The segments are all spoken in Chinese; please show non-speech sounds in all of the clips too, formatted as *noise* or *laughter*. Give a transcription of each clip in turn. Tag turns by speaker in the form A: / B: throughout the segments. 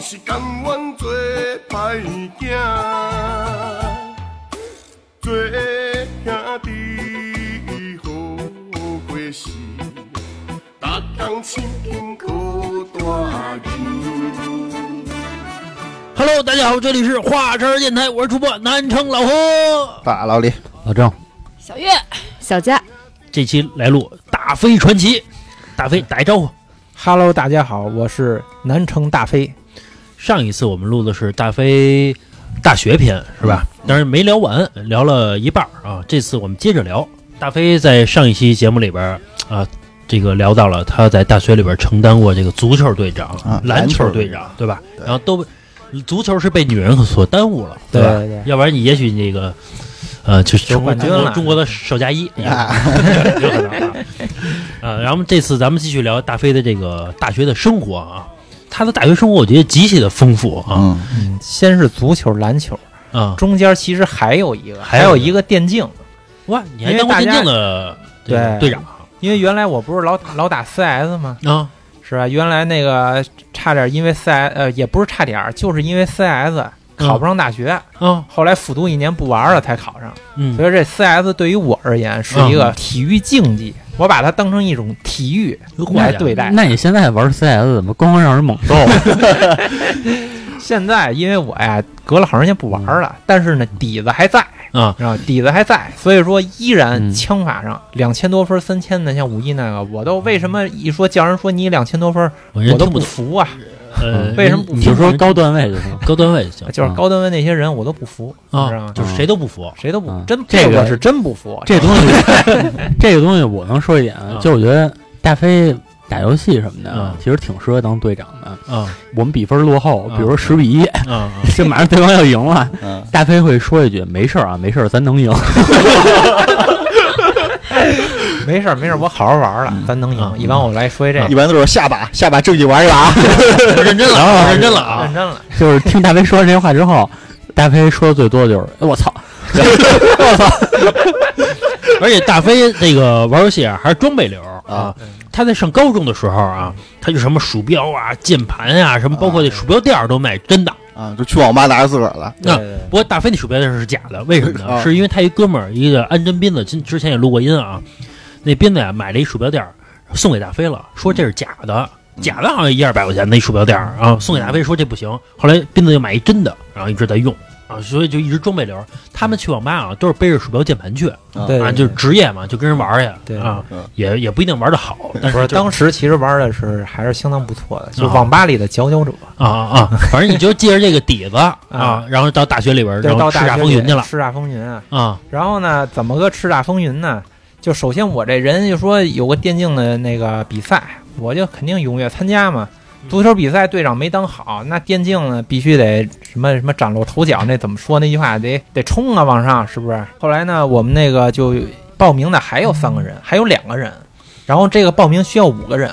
A: 是甘愿做歹囝，做兄弟好过是，逐工亲近靠大娘。
B: Hello，大家好，这里是华山电台，我是主播南城老何。
C: 大老李，
B: 老郑，
D: 小月，
E: 小佳，
B: 这期来录《大飞传奇》，大飞打一招呼。
F: Hello，大家好，我是南城大飞。
B: 上一次我们录的是大飞大学篇，是吧？但是没聊完，聊了一半儿啊。这次我们接着聊。大飞在上一期节目里边儿啊，这个聊到了他在大学里边儿承担过这个足球队长、
C: 啊
B: 篮
C: 篮球
B: 队
C: 队
B: 长，对吧？然后都足球是被女人所耽误了，吧？
F: 对对
B: 要不然你也许那个呃，就是
F: 得
B: 成为
F: 冠军
B: 中国
F: 了
B: 中国的首嫁衣， *laughs* 有可能啊。呃，然后这次咱们继续聊大飞的这个大学的生活啊，他的大学生活我觉得极其的丰富啊
C: 嗯，
F: 嗯，先是足球、篮球，
B: 啊！
F: 中间其实还有一个，
B: 还
F: 还
B: 有一个
F: 有一个电竞。
B: 哇，你还当过电竞的这个
F: 对
B: 队长
F: 因为原来我不是老老打 CS 吗？
B: 啊？
F: 是吧？原来那个差点因为 CS，呃，也不是差点儿，就是因为 CS 考不上大学，
B: 啊，
F: 后来复读一年不玩了才考上。
B: 嗯
F: 所以这 CS 对于我而言是一个体育竞技，我把它当成一种体育来对待。
G: 那你现在玩 CS 怎么光让
B: *laughs*
G: 人猛揍？
F: 现在因为我呀隔了好长时间不玩
B: 嗯
F: 了，但是呢底子还在
B: 啊，
F: 然后底子还在，所以说依然
G: 嗯
F: 枪法上两千多分、三千的，像五一那个，我都为什么一说叫人说你两千多分，
B: 我
F: 我
B: 嗯人
F: 都
B: 听不
F: 不
B: 懂，
F: 服啊？
B: 呃，
F: 为什么不嗯
G: 你就说高段位就
B: *laughs*
G: 行。
B: 高段位就行
F: 就是高端位那些人我都不服，你知道
B: 啊？
F: 吗？
B: 就是啊谁都不服，
F: 谁都不
G: 嗯
F: 真
G: 这个
F: 我是真不服，
G: 这
B: *laughs*
G: 东西，这个东西我能说一点啊，就我觉得大飞打游戏什么的啊
B: 嗯，
G: 其实挺适合当队长的。
B: 啊
G: 我们比分落后，
B: 嗯
G: 比如说十比一，
B: 啊
F: *laughs*
B: 啊！
G: *laughs* 这马上对方要赢了，
C: 嗯，
G: 大飞会说一句：“没事儿啊，没事儿，咱能赢。
F: 没事儿没事儿，我好好玩了，咱能
B: 嗯
F: 赢。一般我来说这
C: 一
F: 个，
C: 般都是下把下把正经玩一把啊，
B: 我认真了，我认真了
F: 认
B: 啊！
F: 真了，”
G: 就是听大飞说完这些话之后，大飞说的最多就是：“哎我操，
F: 嗯
B: 而且大飞那个玩游戏啊，还是装备流啊。他在上高中的时候啊，他就什么鼠标啊、键盘啊，什么包括那鼠标垫儿都卖真的。
C: 啊，就去网吧拿着自个儿了，
B: 那
F: 对对对
B: 不过大飞那鼠标垫儿是假的，为什么
F: *laughs*
B: 呢？
C: 啊
B: 是因为他一哥们儿，一个安贞斌子，之之前也录过音啊。那斌子呀、买了一鼠标垫儿送给大飞了，说这是假的，
F: 嗯
B: 假的好像一二百块钱那鼠标垫儿啊，送给大飞说这不行。后来斌子又买一真的，然后一直在用啊，所以就一直装备流。他们去网吧啊，都是背着鼠标键盘去。
F: 对
B: 啊，
F: 对
B: 就是职业嘛，就跟人玩儿去，
F: 对
B: 啊
C: 嗯，
B: 也也不一定玩的好，但
F: 不
B: 是
F: 是，
B: 就
F: 当时其实玩的是还是相当不错的，就
B: 啊
F: 网吧里的佼佼者，
B: *laughs* 啊啊啊，
F: *laughs*
B: 反正你就借着这个底子啊
F: 啊，
B: 然后到大学里边儿，
F: 对
B: 然后
F: 到
B: 叱咤
F: 大学
B: 风
F: 里
B: 云去了
F: 叱咤风云啊。
B: 啊
F: 然后呢，怎么个叱咤风云呢？就首先我这人就说有个电竞的那个比赛，我就肯定踊跃参加嘛。足球比赛队长没当好，那电竞呢必须得什么什么崭露头角，那怎么说那句话得得冲啊往上，是不是？后来呢，我们那个就报名的还有三个人，还有两个人，然后这个报名需要五个人，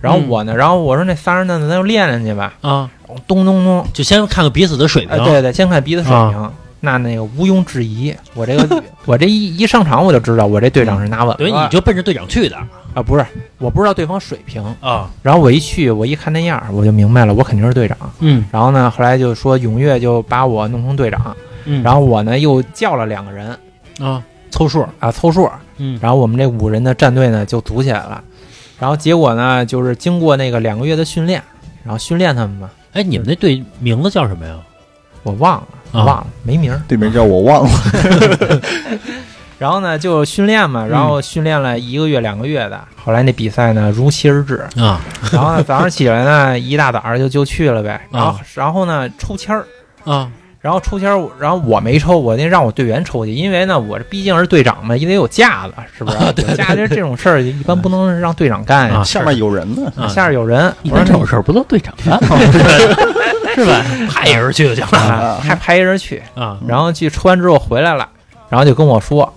F: 然后我呢，然后我说那仨人呢，咱就练练去吧，
B: 啊，
F: 咚咚咚，
B: 就先看看彼此的水
F: 哎，
B: 平，
F: 对对，先看鼻子水平，那那个毋庸置疑，我这个我这一一上场我就知道我这队长是拿稳了。
B: 对，你就奔着队长去的
F: 啊不是，我不知道对方水平，
B: 啊，
F: 然后我一去，我一看那样儿，我就明白了，我肯定是队长。
B: 嗯
F: 然后呢，后来就说踊跃就把我弄成队长，
B: 嗯，
F: 然后我呢又叫了两个人
B: 后啊凑数，
F: 啊凑数，
B: 嗯
F: 然后我们这五人的战队呢就组起来了。然后结果呢，就是经过那个两个月的训练，然后训练他们嘛，
B: 哎，你们那队名字叫什么呀？
F: 我忘了，
B: 啊
F: 忘了没名儿。
C: 对面叫我忘了，
F: 然后呢，就训练嘛，然后训练了一个月、两个月的。后来那比赛呢，如期而至。
B: 啊
F: 然后呢，早上起来呢，一大早上就就去了呗。然后，然后呢，抽签儿，
B: 啊
F: 然后抽签儿，然后我没抽，我那让我队员抽去，因为呢，我这毕竟是队长嘛，也得有架子，是不是？有架子这种事儿一般不能让队长干呀
B: 啊，。
C: *laughs* 下面有人呢，
B: 啊
F: 下边有人，
G: 一
F: 我
G: 般
F: 说
G: 这种事儿不都队长干吗？
B: 是吧？派一人去就行了
F: 啊，还派一人去，
B: 啊
F: 然后去抽完之后回来了，然后就跟我说，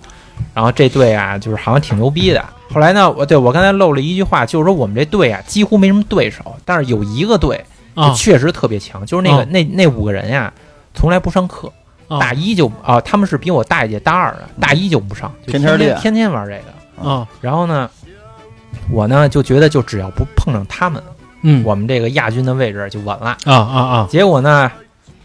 F: 然后这队啊，就是好像挺牛逼的。后来呢，我对我刚才漏了一句话，就是说我们这队啊几乎没什么对手，但是有一个队就
B: 啊
F: 确实特别强，就是那个、
B: 啊
F: 那那五个人呀、从来不上课，
B: 啊
F: 大一就啊、他们是比我大一届大二的，大一就不上，就
C: 天天
F: 天
C: 练
F: 天天玩这个。
B: 啊
F: 然后呢，我呢就觉得就只要不碰上他们，
B: 嗯，
F: 我们这个亚军的位置就稳了。
B: 啊啊啊，
F: 结果呢，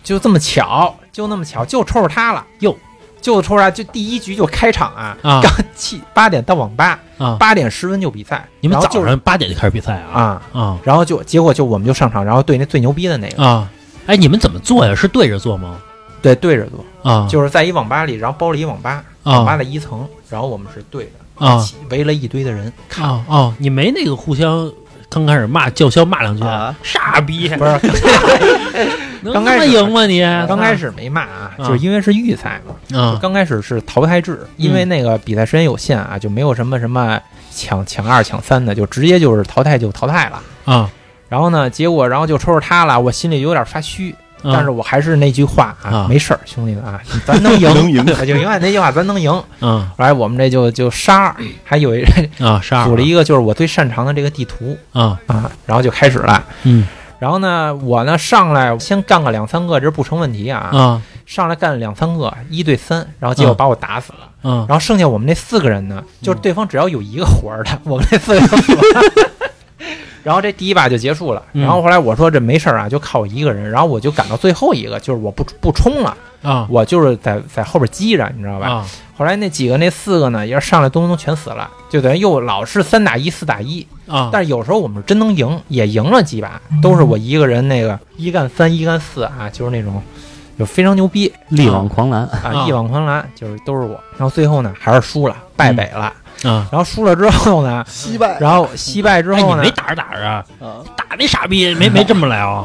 F: 就这么巧，就那么巧，就抽着他了，
B: 哟，
F: 就抽着他，就第一局就开场啊，
B: 啊
F: 刚七八点到网吧，
B: 啊！
F: 八点十分就比赛，
B: 你们
F: 然后就
B: 早上八点就开始比赛啊？
F: 啊，
B: 啊
F: 然后就结果就我们就上场，然后对那最牛逼的那个，
B: 啊！哎，你们怎么做呀？是对着做吗？
F: 对对着坐，
B: 啊，
F: 就是在一网吧里，然后包了一网吧，网吧
B: 啊
F: 的一层，然后我们是对着，
B: 啊
F: 围了一堆的人，
B: 啊啊！你没那个互相刚开始骂叫嚣骂两句
C: 啊，
B: 傻逼，
F: 不是
B: *laughs* 能
F: 刚
B: 他
F: 开
B: 妈
F: 始
B: 赢吗你？
F: 刚开始没骂啊，
B: 啊
F: 就是因为是预赛嘛，就
B: 啊
F: 刚开始是淘汰制，因为那个比赛时间有限啊，就没有什么什么抢抢二抢三的，就直接就是淘汰就淘汰了。
B: 啊，
F: 然后呢，结果然后就抽着他了，我心里有点发虚，但是
B: 啊
F: 我还是那句话嗯啊，
B: 啊
F: 没事儿，兄弟们啊，咱能赢，
C: 能赢
F: *laughs* 就永远那句话，咱能赢。
B: 啊
F: 来，我们这就就杀二，还有一
B: 啊，杀
F: 组了一个就是我最擅长的这个地图
B: 啊，
F: 啊，然后就开始了。
B: 嗯
F: 然后呢，我呢上来先干个两三个，这不成问题啊。
B: 啊
F: 上来干了两三个，一对三，然后结果把我打死了。
B: 啊
F: 然后剩下我们那四个人呢，
B: 嗯
F: 就是对方只要有一个活儿的，我们那四个人就死了。 *laughs* 然后这第一把就结束了。
B: 嗯
F: 然后后来我说这没事儿啊，就靠我一个人。然后我就赶到最后一个，就是我不不冲了，
B: 啊
F: 我就是在在后边积着，你知道吧？
B: 啊
F: 后来那几个那四个呢，也是上来咚咚咚全死了，就等于又老是三打一四打一。
B: 啊！嗯
F: 但是有时候我们真能赢，也赢了几把，都是我一个人那个一干三一干四啊，就是那种就非常牛逼
G: 力挽狂澜， *laughs*
F: 啊
B: 啊，
F: 力挽狂澜，就是都是我。然后最后呢，还是输了，败北了。
B: 啊，
F: 然后输了之后呢，
C: 惜败
F: 然后惜败之
B: 哎，
F: 后
B: 你
F: 呢
B: 没，打着打着啊，
C: 啊，
B: 打那傻逼没没这么来啊？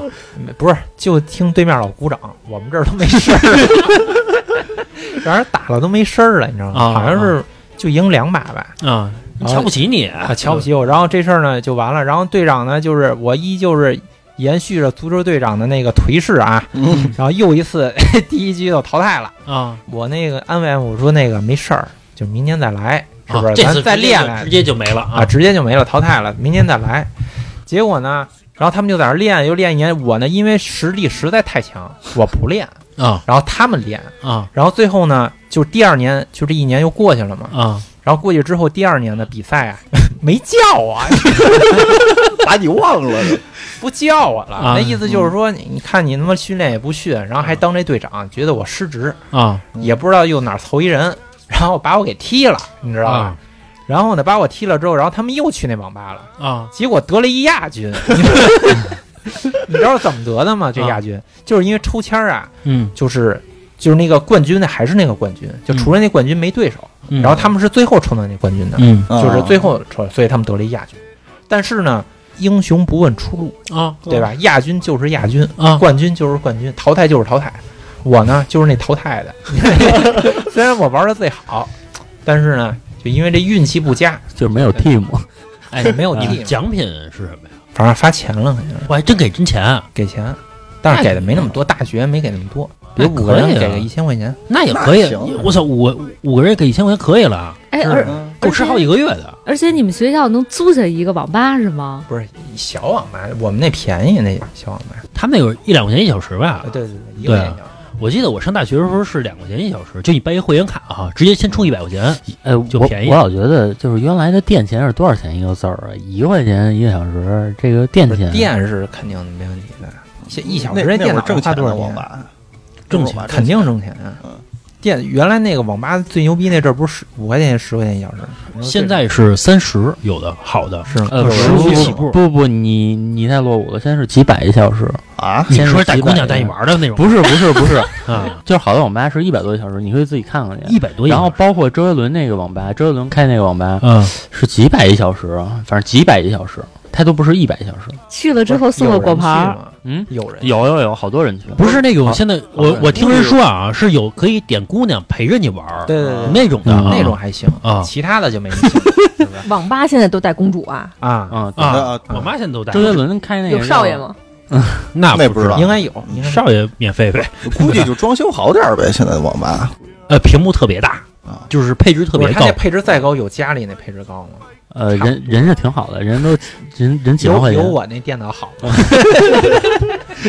F: 不是就听对面老鼓掌，我们这儿都没声儿，让人打了 *laughs* 都没声儿了，你知道吗？
B: 啊
F: 好像是就赢两把吧，
B: 啊，你瞧不起你
F: 啊，瞧不起我。然后这事儿呢就完了。然后队长呢，就是我依旧是延续着足球队长的那个颓势啊，
C: 嗯
F: 然后又一次 *laughs* 第一局就淘汰了。
B: 啊！
F: 我那个安慰安慰我说那个没事儿，就明年再来，是不
B: 啊
F: 是？
B: 这
F: 咱
B: 次
F: 再
B: 直接
F: 练
B: 就
F: 练
B: 直接就没了
F: 啊，
B: 啊！
F: 直接就没了，淘汰了，明年再来。结果呢，然后他们就在那儿练，又练一年。我呢，因为实力实在太强，我不练，
B: 啊
F: 然后他们练，
B: 啊
F: 然后最后呢，就第二年，就这一年又过去了嘛。
B: 啊！
F: 然后过去之后，第二年的比赛啊， *laughs* 没叫啊，
C: 把你忘了都，
F: 不叫我了。
B: 啊
F: 那意思就是说，你你看你他妈训练也不训，然后还当这队长，觉得我失职，
B: 啊
F: 也不知道又哪儿凑一人，然后把我给踢了，你知道吧？
B: 啊
F: 然后呢，把我踢了之后，然后他们又去那网吧了。
B: 啊
F: 结果得了一
B: *laughs*
F: 亚军。你知道怎么得的吗？这
B: 啊
F: 亚军、就是因为抽签儿啊，
B: 嗯，
F: 就是就是那个冠军的还是那个冠军，就除了那冠军没对手，
B: 嗯
F: 然后他们是最后抽到那冠军的，
B: 嗯
C: 啊
F: 就是最后抽，所以他们得了一亚军。但是呢，英雄不问出路，
B: 啊
F: 对吧？亚军就是亚军，
B: 啊
F: 冠军就是冠军，淘汰就是淘汰。我呢，就是那淘
B: *laughs*
F: 汰的，虽然我玩的最好，但是呢，就因为这运气不佳，
G: 就是没有
B: *laughs*
G: team，
B: 哎，
F: 没有
B: 你
F: 地
B: 们，奖品是什么呀？
F: 反正发钱了，肯定。
B: 我还真给真钱啊，
F: 给钱，但是给的没那么多，大学没给那么多，比如
B: 那
F: 五个人
B: 可以啊
F: 给个一千块钱，
B: 那也
C: 那
B: 可以
C: 行。
B: 我操，五五个人给一千块钱可以了，啊
D: 哎，
F: 是
D: 而
C: 嗯
B: 够吃好几个月的
D: 而且你们学校能租下一个网吧是吗？
F: 不是小网吧，我们那便宜那小网吧，
B: 他们那有一两块钱一小时吧
F: 啊，？对对对，一
B: 对
F: 个
B: 啊
F: 钱小，
B: 我记得我上大学的时候是两块钱一小时，就你办一会员卡哈、直接先充一百块钱。
G: 呃，
B: 就
G: 我
B: 便宜
G: 我老觉得就是原来的店钱是多少钱一个字儿啊？一块钱一个小时，这个店
F: 不是
G: 钱
F: 店是肯定没问题的，现一小时
C: 那
F: 这
C: 那会
F: 电脑
C: 儿挣
F: 花
C: 钱
F: 多
C: 的
F: 少
C: 网
F: 钱？
C: 吧，
B: 挣
C: 钱
F: 肯定挣钱啊
C: 嗯！
F: 店原来那个网吧最牛逼那阵儿不是十五块钱十块钱一小时，
B: 现在是三十，有的好的。
F: 是吗？
G: 呃，
B: 有
G: 不
B: 人
G: 不
B: 去起步
G: 不不，你你太落伍了，现在是几百一小时，
C: 啊，
B: 你
G: 先是
B: 说带
G: 几
B: 姑
G: 百
B: 娘带你
G: 的
B: 玩的那种
G: *laughs* 不是不是不是，
B: 啊，
G: 就是好的网吧是一百多一小时，你可以自己看看去。
B: 一百多一
G: 然
B: 小
G: 后
B: 时，
G: 包括周杰伦那个网吧，周杰伦开那个网吧
B: 嗯，
G: 是几百一小时啊，反正几百一小时，它都不是一百一小时。
D: 去了之后送个果盘儿，
G: 嗯，
F: 有人去吗，
G: 有有有，好多人去。
B: 不是那种
G: 好
B: 现在
G: 好
B: 我
G: 的
B: 我听人说啊，是有可以点姑娘陪着你玩儿
F: 对对对，
B: 那种的
G: 嗯
B: 啊
F: 那种还行
B: 啊
F: 其他的就没意 *laughs* 思了是吧？
D: 网吧现在都带公主啊，
F: 啊，
G: 嗯，对
B: 啊
C: 啊，
B: 我妈现在都带
G: 周杰伦开那个
D: 有少爷
G: 叫
D: 吗？
B: 那
C: 那
B: 不
C: 不知道
F: 应该有，应该有
B: 少爷免费呗，
C: 估计就装修好点儿呗，现在的网吧
B: 呃，屏幕特别大
C: 啊，
B: 就是配置特
F: 不
B: 别
F: 是他
B: 高
F: 那配置再高，有家里那配置高吗？
G: 呃，人人是挺好的，人都人人几万
F: 有
G: 块
F: 有
G: 钱，
F: 我那电脑好吗？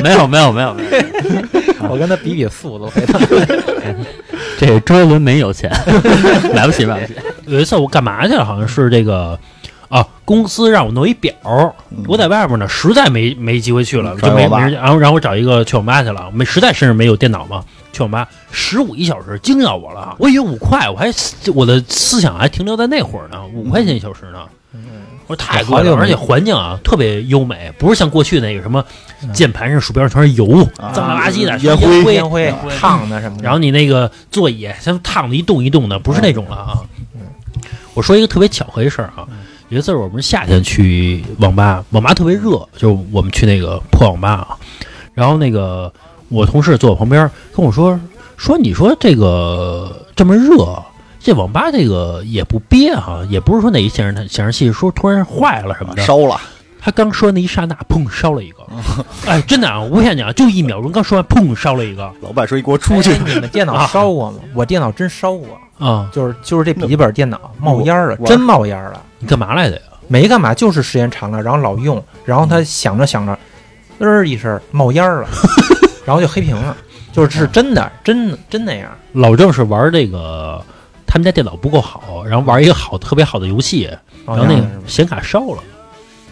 G: 没有没有没有没有，
F: 我跟他比比速度，
B: *laughs*
F: 回头
G: 这 *laughs* 周杰伦没有钱，买不起买不起。
B: 有一次我干嘛去了？好像是这个，啊，公司让我弄一表，
C: 嗯
B: 我在外边呢，实在没没机会去了，
C: 找
B: 就没
C: 网吧
B: 没人，然后然后我找一个去网吧去了，没实在身上没有电脑嘛，去网吧十五一小时惊到我了，我以为五块，我还我的思想还停留在那会儿呢，五块钱一小时呢，我说太贵
F: 好久
B: 了，
F: 没
B: 而且环境啊特别优美，不是像过去那个什么键盘上、鼠标上全是油，
C: 啊
B: 脏了吧唧的，
C: 烟
B: 全是
F: 烟灰烫的什么的，
B: 然后你那个座椅像烫的一动一动的，不是那种了啊。我说一个特别巧合的事儿啊，有一次我们夏天去网吧，网吧特别热，就是我们去那个破网吧啊。然后那个我同事坐我旁边跟我说说，你说这个这么热，这网吧这个也不憋哈、也不是说哪一显示显示器说突然坏了什么的，
C: 烧了，
B: 他刚说那一刹那，砰烧了一个， *laughs* 哎，真的啊，我不骗你啊，就一秒钟，刚说完，砰烧了一个
C: 老板说你给我
F: 哎
C: 出去，
F: 你们电脑烧过吗？我电脑真烧过，
B: 啊！
F: 就是就是这笔记本电脑冒烟儿了，
C: 我
F: 真冒烟儿了，
B: 你干嘛来的呀？
F: 没干嘛，就是时间长了，然后老用，然后
B: 嗯
F: 他想着想着，嘚儿一声冒烟儿了， *laughs* 然后就黑屏了，就是是真的，真的真那样。
B: 老郑是玩这个，他们家电脑不够好，然后玩一个好特别好的游戏，然
F: 然
B: 后那个显卡烧了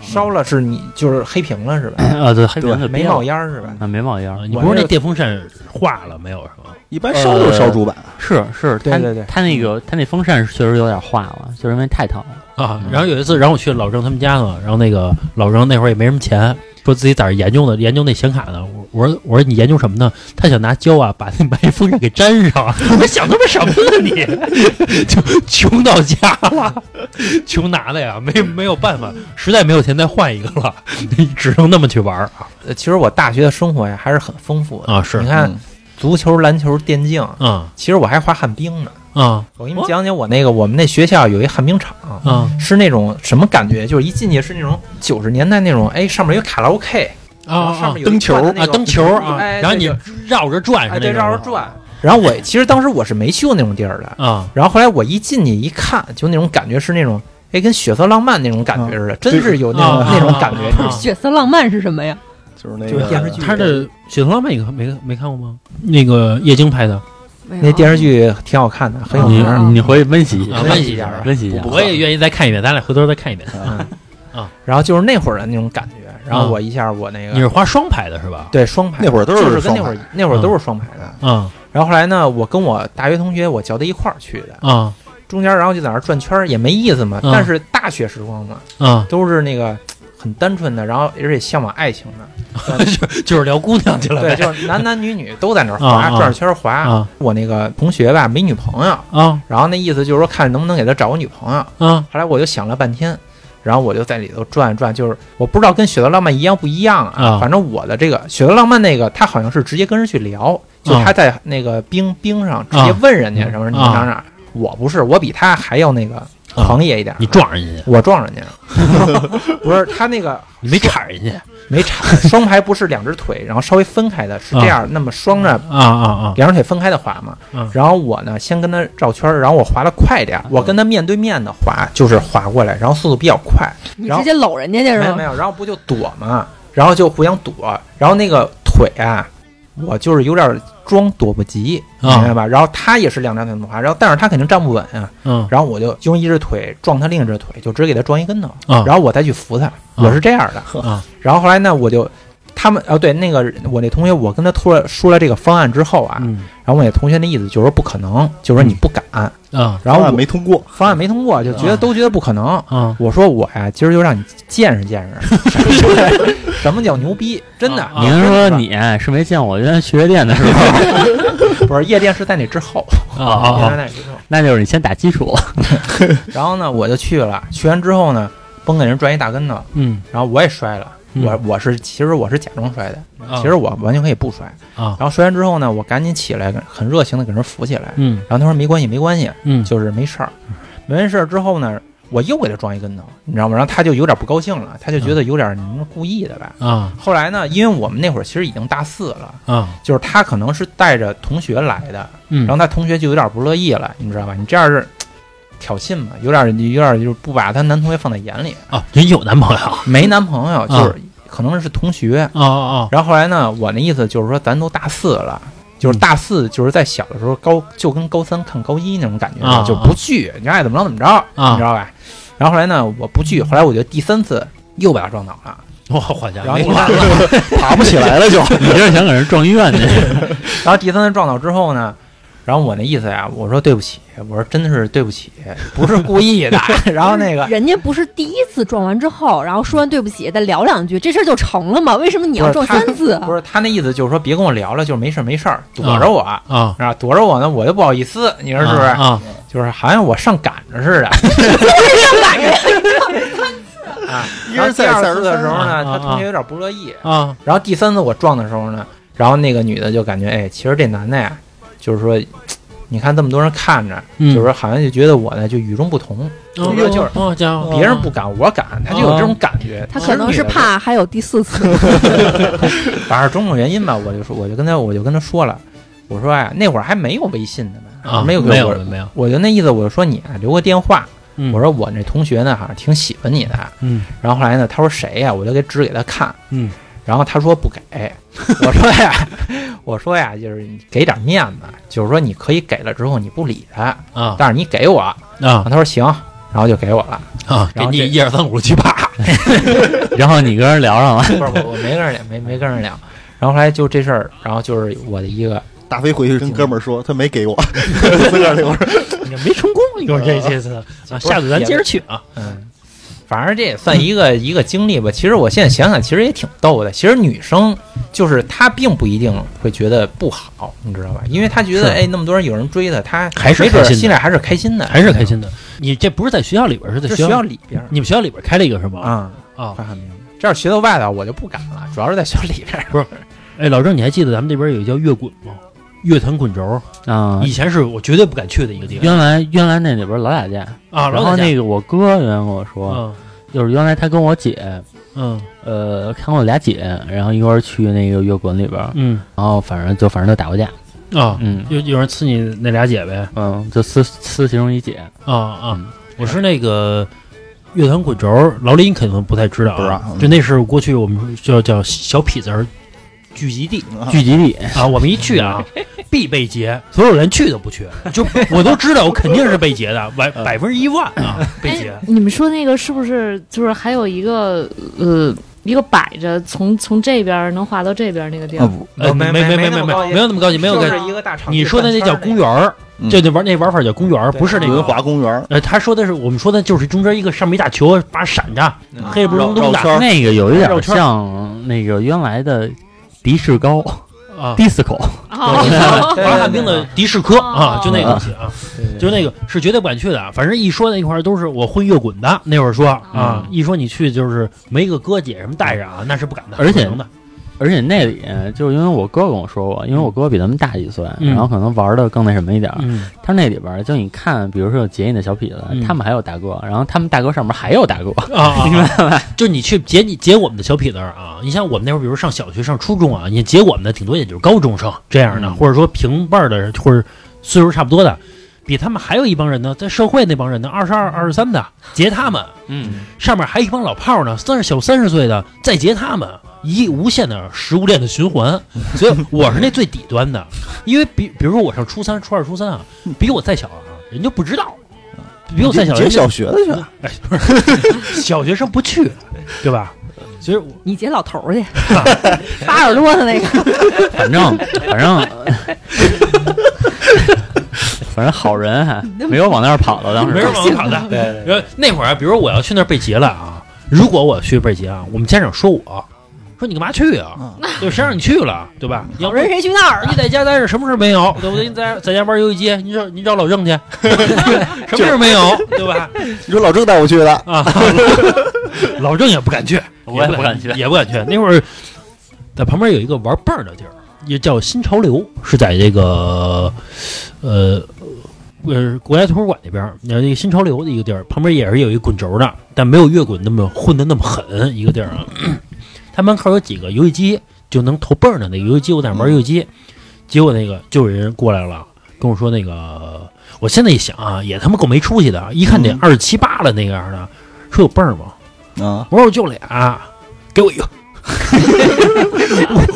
F: 烧了是你就是黑屏了是吧？
B: 嗯
G: 啊，对，黑屏就
F: 没
G: 憋
F: 冒
G: 了
F: 烟儿是吧？
G: 啊，没冒烟
B: 啊！
G: 儿，
B: 你不是那电风扇化了没有是吗？
C: 一般烧就是烧主板，
G: 是是，
F: 对
G: 它
F: 对对
G: 它那个
B: 嗯
G: 它那风扇确实有点化了，就是因为太烫了。
B: 啊，然后有一次，然后我去老郑他们家呢，然后那个老郑那会儿也没什么钱，说自己在这儿研究呢，研究那显卡呢。我我说我说你研究什么呢？他想拿胶啊把那麦风扇给粘 *laughs* 上。我说想他妈什么呢你？ *laughs* 就穷到家了，穷拿的呀，没没有办法，实在没有钱再换一个了， *laughs* 只能那么去玩儿
F: 呃其实我大学的生活呀还是很丰富的。
B: 啊。是
F: 你看
C: 嗯
F: 足球、篮球、电竞，
B: 啊
F: 其实我还滑旱冰呢。
B: 啊
F: 我给你们讲讲我那个我们那学校有一旱冰场，
B: 啊
F: 是那种什么感觉？就是一进去是那种九十年代那种，哎，上面有卡拉 OK，
B: 啊
F: 然后上
B: 啊
F: 面有一
C: 灯球
F: 转的那
B: 啊！
F: 种
B: 灯球啊，
F: 哎
B: 然后你
F: 对
B: 绕着转是
F: 哎
B: 那
F: 对
B: 种
F: 绕着转。然后我其实当时我是没去过那种地儿的，
B: 啊
F: 然后后来我一进去一看，就那种感觉是那种，哎，跟血色浪漫那种感觉似的，真是有那种
B: 啊
F: 那种感觉。
B: 啊啊啊
D: 血色浪漫是什么呀？
C: 就是那
F: 就是
C: 个
F: 电视剧
B: 他的《雪红浪漫》你看没看没看过吗？那个叶京拍的，
F: 那电视剧挺好看的，很有名儿。
G: 你你回去温习一
B: 啊
G: 下，
B: 温习一下
G: 温习一下。
B: 我也愿意再看一遍，咱俩回头再看一
F: 哎
B: 遍。
F: 然后就是那会儿的那种感觉，然后我一下我那
B: 你
F: 个
B: 是花双排的是吧？
F: 对双排，
C: 那会儿都
F: 就是跟那
C: 双
F: 会
C: 排
F: 儿那会儿都是双排的。
B: 啊
F: 然后后来呢，我跟我大学同学，我叫他一块儿去的，
B: 啊
F: 中间然后就在那儿转圈儿，也没意思嘛。
B: 嗯
F: 但是大学时光嘛，
B: 啊！
F: 都是那个很单纯的，然后而且向往爱情的，
B: 就是聊姑娘去了呗。
F: 对，就是男男女女都在那儿
B: 啊
F: 滑，
B: 啊
F: 转着圈儿滑。
B: 啊
F: 我那个同学吧，没女朋友，
B: 啊
F: 然后那意思就是说看能不能给他找个女朋友。
B: 啊！
F: 后来我就想了半天，然后我就在里头转转，就是我不知道跟《雪的浪漫》一样不一样
B: 啊
F: 反正我的这个《雪的浪漫》那个，他好像是直接跟人去聊，就
B: 啊
F: 他在那个冰冰上直接问人家什么你
B: 啊
F: 上哪儿，我不是，我比他还要那个狂野一点儿，
B: 你撞人家去，
F: 我撞人
B: *laughs*
F: 家，不是他那个
B: 你没铲人家
F: 没铲，双排不是两只腿，然后稍微分开的，是这样，那么双着
B: 啊啊
F: 两只腿分开的滑嘛
B: 嗯。
F: 然后我呢，先跟他绕圈儿，然后我滑的快点儿，我跟他面对面的滑，就是滑过来，然后速度比较快，
D: 你
F: 然
D: 直
F: 后
D: 接搂人家去是
F: 没有没
D: 吗？
F: 有，然后不就躲嘛，然后就互相躲，然后那个腿啊，我就是有点装躲不及，明
B: 啊
F: 白吧？然后他也是两条腿那么滑，然后但是他肯定站不稳啊，
B: 啊！嗯
F: 然后我就用一只腿撞他另一只腿，就直接给他撞一跟头，
B: 啊
F: 然后我再去扶他，我是这样的。
B: 啊
F: 然后后来呢，我就他们哦对，那个我那同学，我跟他说了说了这个方案之后啊，
B: 嗯
F: 然后我那同学那意思就是说不可能，就是说你不敢，
B: 啊
F: 然后我
C: 没通过，
F: 方案没通过，就觉得都觉得不可能。
B: 啊！
F: 我说我呀，今儿就让你见识见识，
B: *laughs*
F: 什么叫牛逼？真的
B: 啊，
G: 您说你是没见我原来去夜店的时
B: *laughs*
G: 候，
F: *laughs* 不是夜店是在那之后，
B: 啊
F: 夜
B: 啊
F: 店是在那之后。
G: 那就是你先打基础。
F: 然后呢，我就去了，去完之后呢，崩给人转一大跟头，
B: 嗯
F: 然后我也摔了。
B: 嗯
F: 我我是其实我是假装摔的，
B: 啊
F: 其实我完全可以不摔。
B: 啊
F: 然后摔完之后呢，我赶紧起来，很热情的给人扶起来。
B: 嗯
F: 然后他说没关系，没关系，
B: 嗯
F: 就是没事儿。没完事儿之后呢，我又给他撞一跟头，你知道吗？然后他就有点不高兴了，他就觉得有点你们故意的吧。
B: 啊
F: 后来呢，因为我们那会儿其实已经大四了，
B: 啊
F: 就是他可能是带着同学来的，
B: 嗯
F: 然后他同学就有点不乐意了，你知道吧？你这样是挑衅嘛，有点有点就是不把他男同学放在眼里，
B: 啊！人有男朋友啊
F: 没男朋友就是、可能是同学。
B: 啊
F: 然后后来呢，我那意思就是说，咱都大四了。
B: 嗯
F: 就是大四，就是在小的时候高，就跟高三看高一那种感觉，
B: 啊
F: 就不聚，你爱怎么着怎么着，
B: 啊
F: 你知道吧？然后后来呢，我不去，后来我就第三次又把他撞倒了。
B: 我好家
F: 然
B: 伙，
F: 后你
B: 哎没
F: 看， *laughs*
C: 爬不起来了就。
G: *laughs* 你这是想给人撞医院去？
B: *laughs*
F: 然后第三次撞倒之后呢，然后我那意思呀，我说对不起，我说真的是对不起，不是故意的。然后那个
D: 人家不是第一次撞完之后，然后说完对不起，再聊两句，这事儿就成了吗？为什么你要
F: 不
D: 撞
F: 是他
D: 三次啊？
F: 不是他那意思，就是说别跟我聊了，就是没事儿没事儿，躲着我。
B: 啊，
F: 啊，躲着我呢，我又不好意思，你说是不是？
B: 啊？啊
F: *laughs* 就是好像我上赶
B: *laughs*
F: 着似的。啊，
C: 一
F: 然
C: 而
F: 后第
C: 再
F: 二
C: 再而
F: 次的时候
B: 三
F: 呢，
B: 啊
F: 他
B: 啊
F: 同学有点不乐意。
B: 啊
F: 然后第三次我撞的时候呢，然后那个女的就感觉，哎，其实这男的呀，就是说，你看这么多人看着，
B: 嗯
F: 就是说好像就觉得我呢就与众不同，
B: 哦
F: 这就是
B: 哦，家伙，
F: 别人不敢我敢，他就有这种感觉。
D: 他可能是
F: 其实女的
D: 怕还有第四次，
F: *laughs* 就，反正种种原因吧，我就说，我就跟他，我就跟他说了，我说哎，那会儿还没有微信呢吧，
B: 啊，
F: 没有
B: 没
F: 给
B: 有
F: 我
B: 了没有，
F: 我就那意思，我就说你啊，留个电话。
B: 嗯
F: 我说我那同学呢，好像挺喜欢你的。
B: 嗯，
F: 然后后来呢，他说谁呀、我就给指给他看。
B: 嗯，
F: 然后他说不给。我说呀， *laughs* 我说呀，就是你给点面子，就是说你可以给了之后你不理他，
B: 啊
F: 但是你给我。然
B: 啊
F: 后他说行，然后就给我了。
B: *laughs* 啊，给
F: 然后
B: 你
F: 这
B: 一二三五六七八， *laughs*
G: 然后你跟人聊上了，
F: 不是我我没跟人聊，没没跟人聊。然后后来就这事儿，然后就是我的一个
C: 大飞回去跟哥们儿说，他没给我，自个儿留着。
B: 没成功， *laughs* 你说这这次啊，下次咱接着去啊，
F: 嗯，反正这也算一个一个经历吧。其实我现在想想，其实也挺逗的。其实女生就是她并不一定会觉得不好，你知道吧？因为她觉得
B: 是
F: 哎，那么多人有人追她，她
B: 还是
F: 没准
B: 开心的
F: 心里还是开心的，
B: 还是开。心的。你这不是在学校里边，是在
F: 这
B: 学
F: 学
B: 校
F: 校里边儿
B: 你们学校里边开了一个是吗？
F: 啊，
B: 啊，
F: 快汉明。这要是学到外头，我就不敢了，主要是在学校里边儿。
B: 哎，老郑，你还记得咱们这边有一个叫乐滚吗？乐坛滚轴，
G: 啊，
B: 以前是我绝对不敢去的一个地方
G: 原来原来那里边老打架，
B: 啊。
G: 然后那个我哥原来跟我说，
B: 嗯
G: 就是原来他跟我姐，
B: 嗯
G: 呃，看我俩姐，然后一块儿去那个乐滚里边，
B: 嗯
G: 然后反正就反正就打过架，
B: 啊，
G: 嗯
B: 有有人呲你那俩姐呗
G: 嗯，就撕撕其中一姐，
B: 啊啊
G: 嗯！
B: 我是那个乐坛滚轴，老李你肯定不太知道
C: 不知道
B: 啊，
C: 嗯
B: 就那是过去我们叫叫小痞子儿聚集
C: *laughs*
B: 地。
G: 聚集地，
B: 啊，我们一去啊，
C: 嗯
B: 必被劫，所有人去都不去，就我都知道，我肯定是被劫的，百
C: 嗯
B: 百分之一万啊，被劫。
E: 你们说那个是不是就是还有一个呃一个摆着从从这边儿能滑到这边儿那个地儿？
C: 啊不，
B: 呃，没
F: 哎没
B: 没
F: 没
B: 没
F: 那么
B: 没
F: 高级
B: 没有那么高级，没有
F: 就
B: 跟
E: 高
F: 是一个大场地
B: 你说的那
F: 转
B: 叫
F: 圈儿
B: 公园儿，
C: 嗯
B: 这那玩那玩法叫公园儿，
F: 对
B: 不是那
C: 文
B: 个。
C: 华公园，
B: 呃，他说的是我们说的就是中间一个上面一大球，把闪着，
F: 嗯
B: 黑不隆咚的
C: 绕圈儿
G: *laughs* 那个有一
B: 绕
G: 点
B: 圈儿
G: 像那个原来的迪士高
B: 啊。
G: disco，
E: 哦
F: 对
B: 华汉兵的迪士科啊，就那个东西啊，
F: 对对对
B: 就是那个是绝对不敢去的。啊反正一说那块儿都是我混乐滚的，那会儿说
F: 嗯
B: 啊，一说你去就是没个哥姐什么带着啊，那是不敢的，
G: 而且
B: 不能的
G: 而且那里就是因为我哥跟我说过，因为我哥比咱们大几岁，
B: 嗯
G: 然后可能玩的更那什么一点儿。
B: 嗯
G: 他那里边儿就你看，比如说有杰你的小痞子，
B: 嗯
G: 他们还有大哥，然后他们大哥上面还有大哥，
B: 啊，明白了。就你去截你截我们的小痞子儿啊，你像我们那会儿，比如上小学、上初中啊，你截我们的挺多，也就是高中生这样的，
G: 嗯
B: 或者说平辈儿的人，或者岁数差不多的，比他们还有一帮人呢，在社会那帮人呢，二十二、二十三的截他们，
G: 嗯，
B: 上面还一帮老炮儿呢，三十小三十岁的再截他们，一无限的食物链的循环。所以我是那最底端的，因为比比如说我上初三、初二、初三啊，比我再小啊，人就不知道，比我再小
C: 接
B: 人家
C: 小学的去。
B: 哎，不是小学生不去，对吧？其实我
D: 你接老头儿
F: *laughs*
D: 去，扒耳朵的那个，
G: *laughs* 反正反正 *laughs* 反正好人还没有往那儿跑了，当时
B: 没人往我跑的。
F: 对对对
B: 呃，那会儿啊，比如我要去那儿被劫了啊，如果我去被劫啊，我们家长说我说你干嘛去啊？就谁让你去了，对吧？你要
D: 人谁去那儿啊？
B: 你在家待着，什么事儿没有，对不对？你在在家玩游戏机，你找你找老郑去， *laughs* 什么事儿没有，对吧？
C: 你说老郑带我去的，
B: 啊， *laughs* 老郑也不敢去，
G: 我也不敢去
B: 也不敢去。那会儿在旁边有一个玩伴儿的地儿，也叫新潮流，是在这个呃呃国家图书馆那边儿，有一个新潮流的一个地儿，旁边也是有一滚轴的，但没有乐滚那么混的那么狠一个地儿啊。他门口有几个游戏机，就能投泵的那个游戏机，我在那玩游戏机，结果那个就有人过来了，跟我说那个。我现在一想啊，也他妈够没出息的，一看得
C: 嗯
B: 二十七八了那样的，说有泵儿吗？
C: 啊，
B: 我说我就俩，给我一个， *laughs*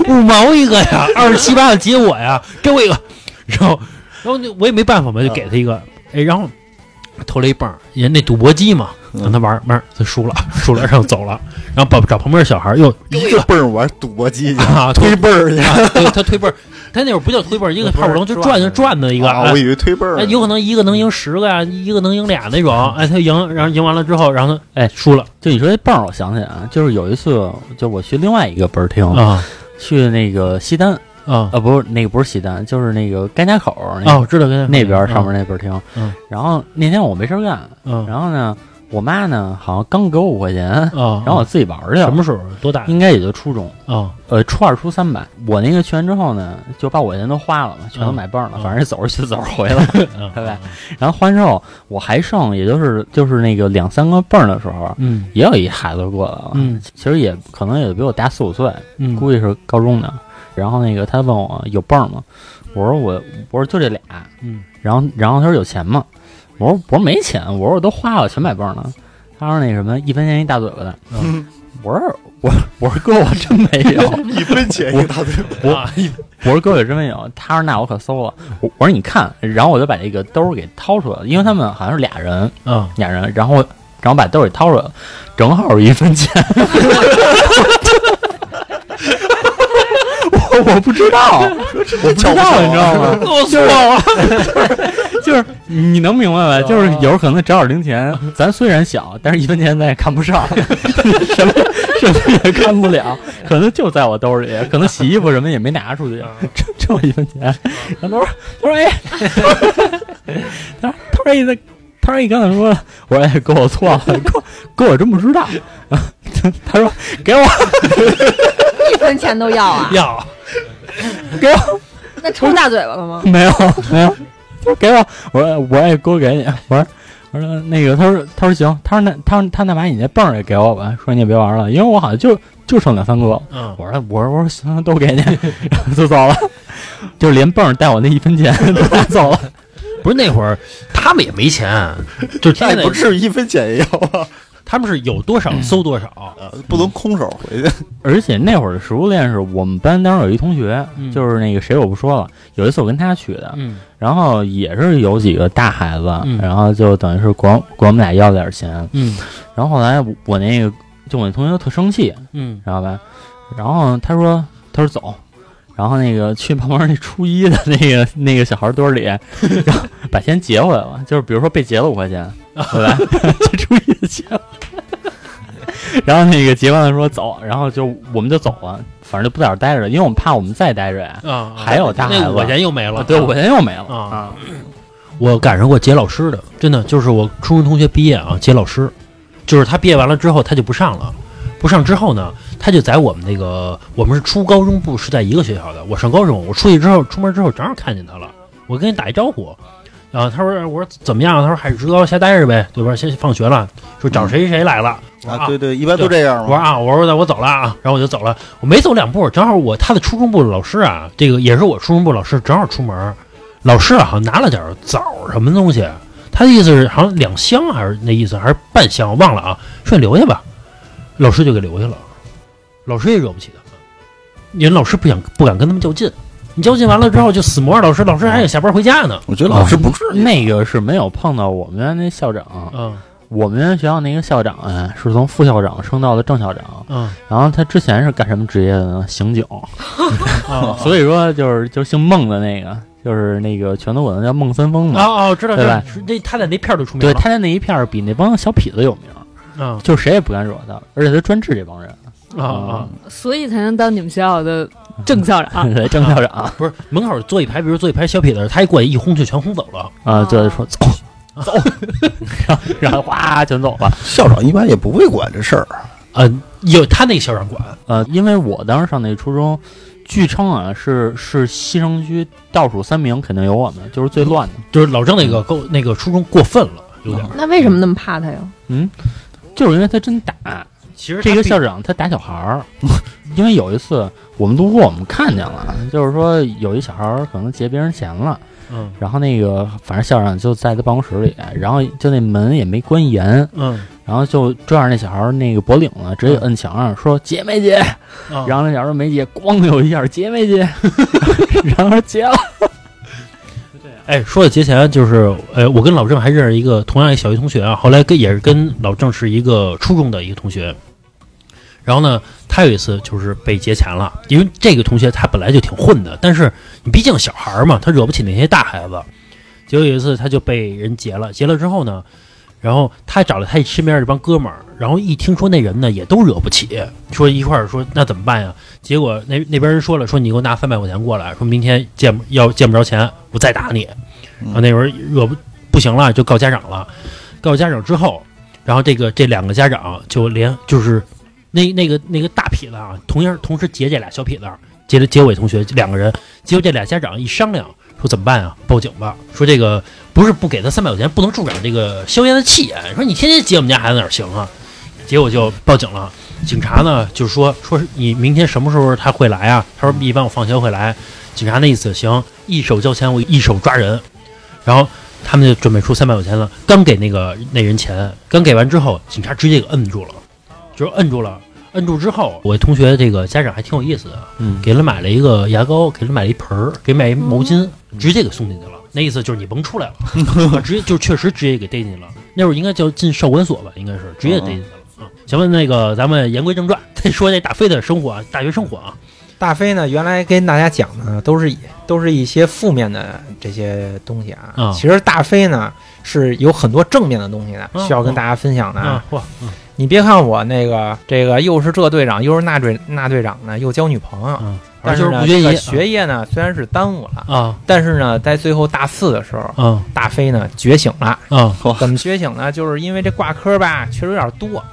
B: 五五毛一个呀，二十七八的接我呀，给我一个，然后然后那我也没办法嘛，就给他一个，哎，然后投了一泵儿，人那赌博机嘛，让他玩儿玩儿，他输了，输了然后走了，然后把找旁边小孩儿又
C: 一个蹦儿玩赌博机去，
B: 啊推
C: 嗯 *laughs* 推蹦儿去。
B: 啊，对他推背儿，他那会儿不叫推背儿，一个泡泡龙就转就转的一个，
C: 啊，
B: 哎
C: 我以为推蹦儿
B: 哎，
C: 呢。
B: 有可能一个能赢十个呀，一个能赢俩那种，哎，他赢，然后赢完了之后，然后他
G: 哎
B: 输了
G: 就你说这泵儿，我想起来啊，就是有一次，就我去另外一个本儿厅，
B: 啊
G: 去那个西单，
B: 啊
G: 啊，不是那个不是西单，就是那个甘家口儿那
B: 啊！
G: 个
B: 我知道跟
G: 那边儿上面那本儿厅。
B: 嗯
G: 然后那天我没事儿干，
B: 嗯
G: 然后呢，我妈呢好像刚给我五块钱，
B: 啊，
G: 然后我自己玩儿去了。
B: 什么时候多大
G: 应该也就初中，
B: 啊
G: 呃，初二、初三吧。我那个去完之后呢，就把五块钱都花了嘛，全都
B: 嗯
G: 买泵了，
B: 嗯
G: 反正走着去走着回
B: *laughs*
G: 来，
B: 啊
G: 对吧？然后花完之后，我还剩也就是就是那个两三个泵的时候，
B: 嗯
G: 也有一孩子过来了，
B: 嗯
G: 其实也可能也比我大四五岁，
B: 嗯
G: 估计是高中的。然后那个他问我有泵吗？我说我我说就这俩。
B: 嗯
G: 然后然后他说有钱吗？我说我说没钱，我说我都花了，全买泵了。他说那什么一分钱一大嘴巴的。
C: 嗯
G: 我说我我说哥我真没有，
C: 一分钱一大堆，
B: 我
G: 我说哥我真没有。他说那我可搜了。我我说你看，然后我就把这个兜儿给掏出来了，因为他们好像是俩人
B: 啊
G: 俩人，然后然后把兜儿给掏出来了，正好是一分钱。我我不知道，
C: 我
G: 不知道，你知道吗？我错了，就是你能明白吧？就是有可能找点零钱，咱虽然小，但是一分钱咱也看不上，什么什么也看不了，可能就在我兜里，可能洗衣服什么也没拿出去，就就一分钱。然后他说：“他说哎，他说他说哎，那他说你刚才说，我说哎，哥我错了，哥哥我真不知道。” *laughs* 他说：“给我
D: 一分钱都要啊？
B: 要
G: 给我。”
D: 那抽大嘴巴了吗？
G: 没有没有，他说给我，我说我也给我给你，我说我说那个，他说他说行，他说那他说他那把你那泵儿也给我吧，说你也别玩了，因为我好像就就剩两三个了，
B: 嗯
G: 我说我说我说行，都给你， *laughs* 然后就走了，就连泵儿带我那一分钱 *laughs* 都拿走了，
B: 不是那会儿他们也没钱， *laughs* 就
C: 那
B: 天嗯
C: 也
B: 天
C: 不至于一分钱也要啊，
B: 他们是有多少搜多少，
C: 啊不能空手
B: *laughs*
C: 回去。
G: 而且那会儿的食物链是我们班当时有一同学，
B: 嗯
G: 就是那个谁我不说了，有一次我跟他去的，
B: 嗯
G: 然后也是有几个大孩子，
B: 嗯
G: 然后就等于是管管我们俩要了点钱，
B: 嗯
G: 然后后来我我那个就我那同学特生气，
B: 嗯
G: 知道吧？然后他说他说走，然后那个去旁边那初一的那个 *laughs* 那个小孩堆里， *laughs* 然后把钱劫回来了，就是比如说被劫了五块钱，对吧？ *laughs* 这初一的劫了。然后那个劫完了说走，然后就我们就走了，反正就不在这儿待着了，因为我们怕我们再待着呀，
B: 啊，
G: 还有大孩子
B: 那五块钱又没了，
G: 对，五块钱又没了
B: 啊。我赶上过劫老师的，真的就是我初中同学毕业啊，劫老师，就是他毕业完了之后他就不上了，不上之后呢，他就在我们那个我们是初高中部是在一个学校的，我上高中，我出去之后出门之后正好看见他了，我跟你打一招呼，然后他说我说怎么样？他说还是职高瞎待着呗，对吧？先放学了，说找谁谁来了，我说
C: 啊，对对，一般都这样
B: 我说
C: 嘛。
B: 啊，我说那我走了啊，然后我就走了。我没走两步，正好我他的初中部老师啊，这个也是我初中部老师，正好出门，老师啊好像拿了点枣儿什么东西，他的意思是好像两箱还是那意思，还是半箱，我忘了啊，说你留下吧，老师就给留下了，老师也惹不起他们，人老师不想不敢跟他们较劲，你较劲完了之后就死磨老师，老师还得下班回家呢，
C: 我觉得
G: 老师
C: 不至
G: *laughs* 那个是没有碰到我们原来那校长，
B: 嗯
G: 我们学校那个校长啊，是从副校长升到了正校长。
B: 嗯
G: 然后他之前是干什么职业的呢？刑警。
B: 啊
G: 所以说就是就是姓孟的那个，就是那个全都管他叫孟三丰嘛。
B: 啊啊，知道知
G: 对
B: 道
G: 吧，
B: 这他在那片儿就出名
G: 对，
B: 了，
G: 他在那一片儿比那帮小痞子有名，
B: 啊
G: 就谁也不敢惹他，而且他专治这帮人。
B: 啊啊。
E: 所以才能当你们学
C: *laughs*
E: 校的正校
G: *laughs*
E: 长。
G: 对，郑校长
B: 不是门口坐一排，比如坐一排小痞子，他一过去一轰就全轰走了。
G: 啊，就说走走， *laughs* 然后然后哗全走了。
C: 校长一般也不会管这事儿。啊
B: 嗯，有他那个校长管，
G: 呃，因为我当时上那初中，据称啊是是西城区倒数三名，肯定有我们，就是最乱的。
B: 就是老郑那个够那个初中过分了，有点儿。
D: 那为什么那么怕他呀？
G: 就是因为他真打
B: 其实他
G: 这个
B: 比
G: 校长，他打小孩儿， *laughs* 因为有一次我们路过，我们看见了，就是说有一小孩儿可能劫别人钱了，
B: 嗯
G: 然后那个反正校长就在他办公室里，然后就那门也没关严，
B: 嗯
G: 然后就拽着那小孩儿那个脖领子，直接摁墙上说劫没劫，
B: 啊
G: 然后那小孩
B: *laughs*
G: 儿没劫，咣的有一下劫没劫，然后说劫了，
B: 哎，说到节前，就是呃，我跟老郑还认识一个同样一小学同学啊，后来跟也是跟老郑是一个初中的一个同学。然后呢，他有一次就是被劫钱了，因为这个同学他本来就挺混的，但是你毕竟小孩儿嘛，他惹不起那些大孩子。结果有一次他就被人劫了，劫了之后呢，然后他找了他身边这帮哥们儿，然后一听说那人呢也都惹不起，说一块儿说那怎么办呀？结果那那边人说了，说你给我拿三百块钱过来，说明天见不要见不着钱，我再打你。然啊后那会儿惹不不行了，就告家长了。告家长之后，然后这个这两个家长就连就是那那个那个大痞子啊，同样同时劫这俩小痞子，劫了结尾同学两个人，结果这俩家长一商量说怎么办啊？报警吧，说这个不是不给他三百块钱，不能助长这个硝烟的气焰。说你天天劫我们家孩子哪儿行啊？结果就报警了。警察呢就说说是你明天什么时候他会来啊？他说一般我放学会来。警察那意思行，一手交钱我一手抓人。然后他们就准备出三百块钱了，刚给那个那人钱，刚给完之后，警察直接给摁住了，就是摁住了。摁住之后，我同学这个家长还挺有意思的，
G: 嗯
B: 给了买了一个牙膏，给了买了一盆儿，给买一毛巾，直接给送进去了。那意思就是你甭出来了，直接就确实直接给逮进去了。那会儿应该叫进少管所吧，应该是直接逮进去了。啊，行吧，那个咱们言归正传， *laughs* 再说这大飞的生活，啊，大学生活啊，
F: 大飞呢，原来跟大家讲的呢，都是以都是一些负面的这些东西啊。
B: 啊
F: 其实大飞呢是有很多正面的东西的，
B: 嗯
F: 需要跟大家分享的。
B: 啊，嚯，嗯
F: 你别看我那个这个又是这队长，又是那队那队长呢，又交女朋友，
B: 嗯，反
F: 但
B: 正就是
F: 呢
B: 不学
F: 这
B: 习
F: 个学业呢虽然是耽误了，
B: 啊
F: 但是呢在最后大四的时候，
B: 啊
F: 大飞呢觉醒了。
B: 啊，
F: 怎么觉醒呢？就是因为这挂科吧，确实有点多。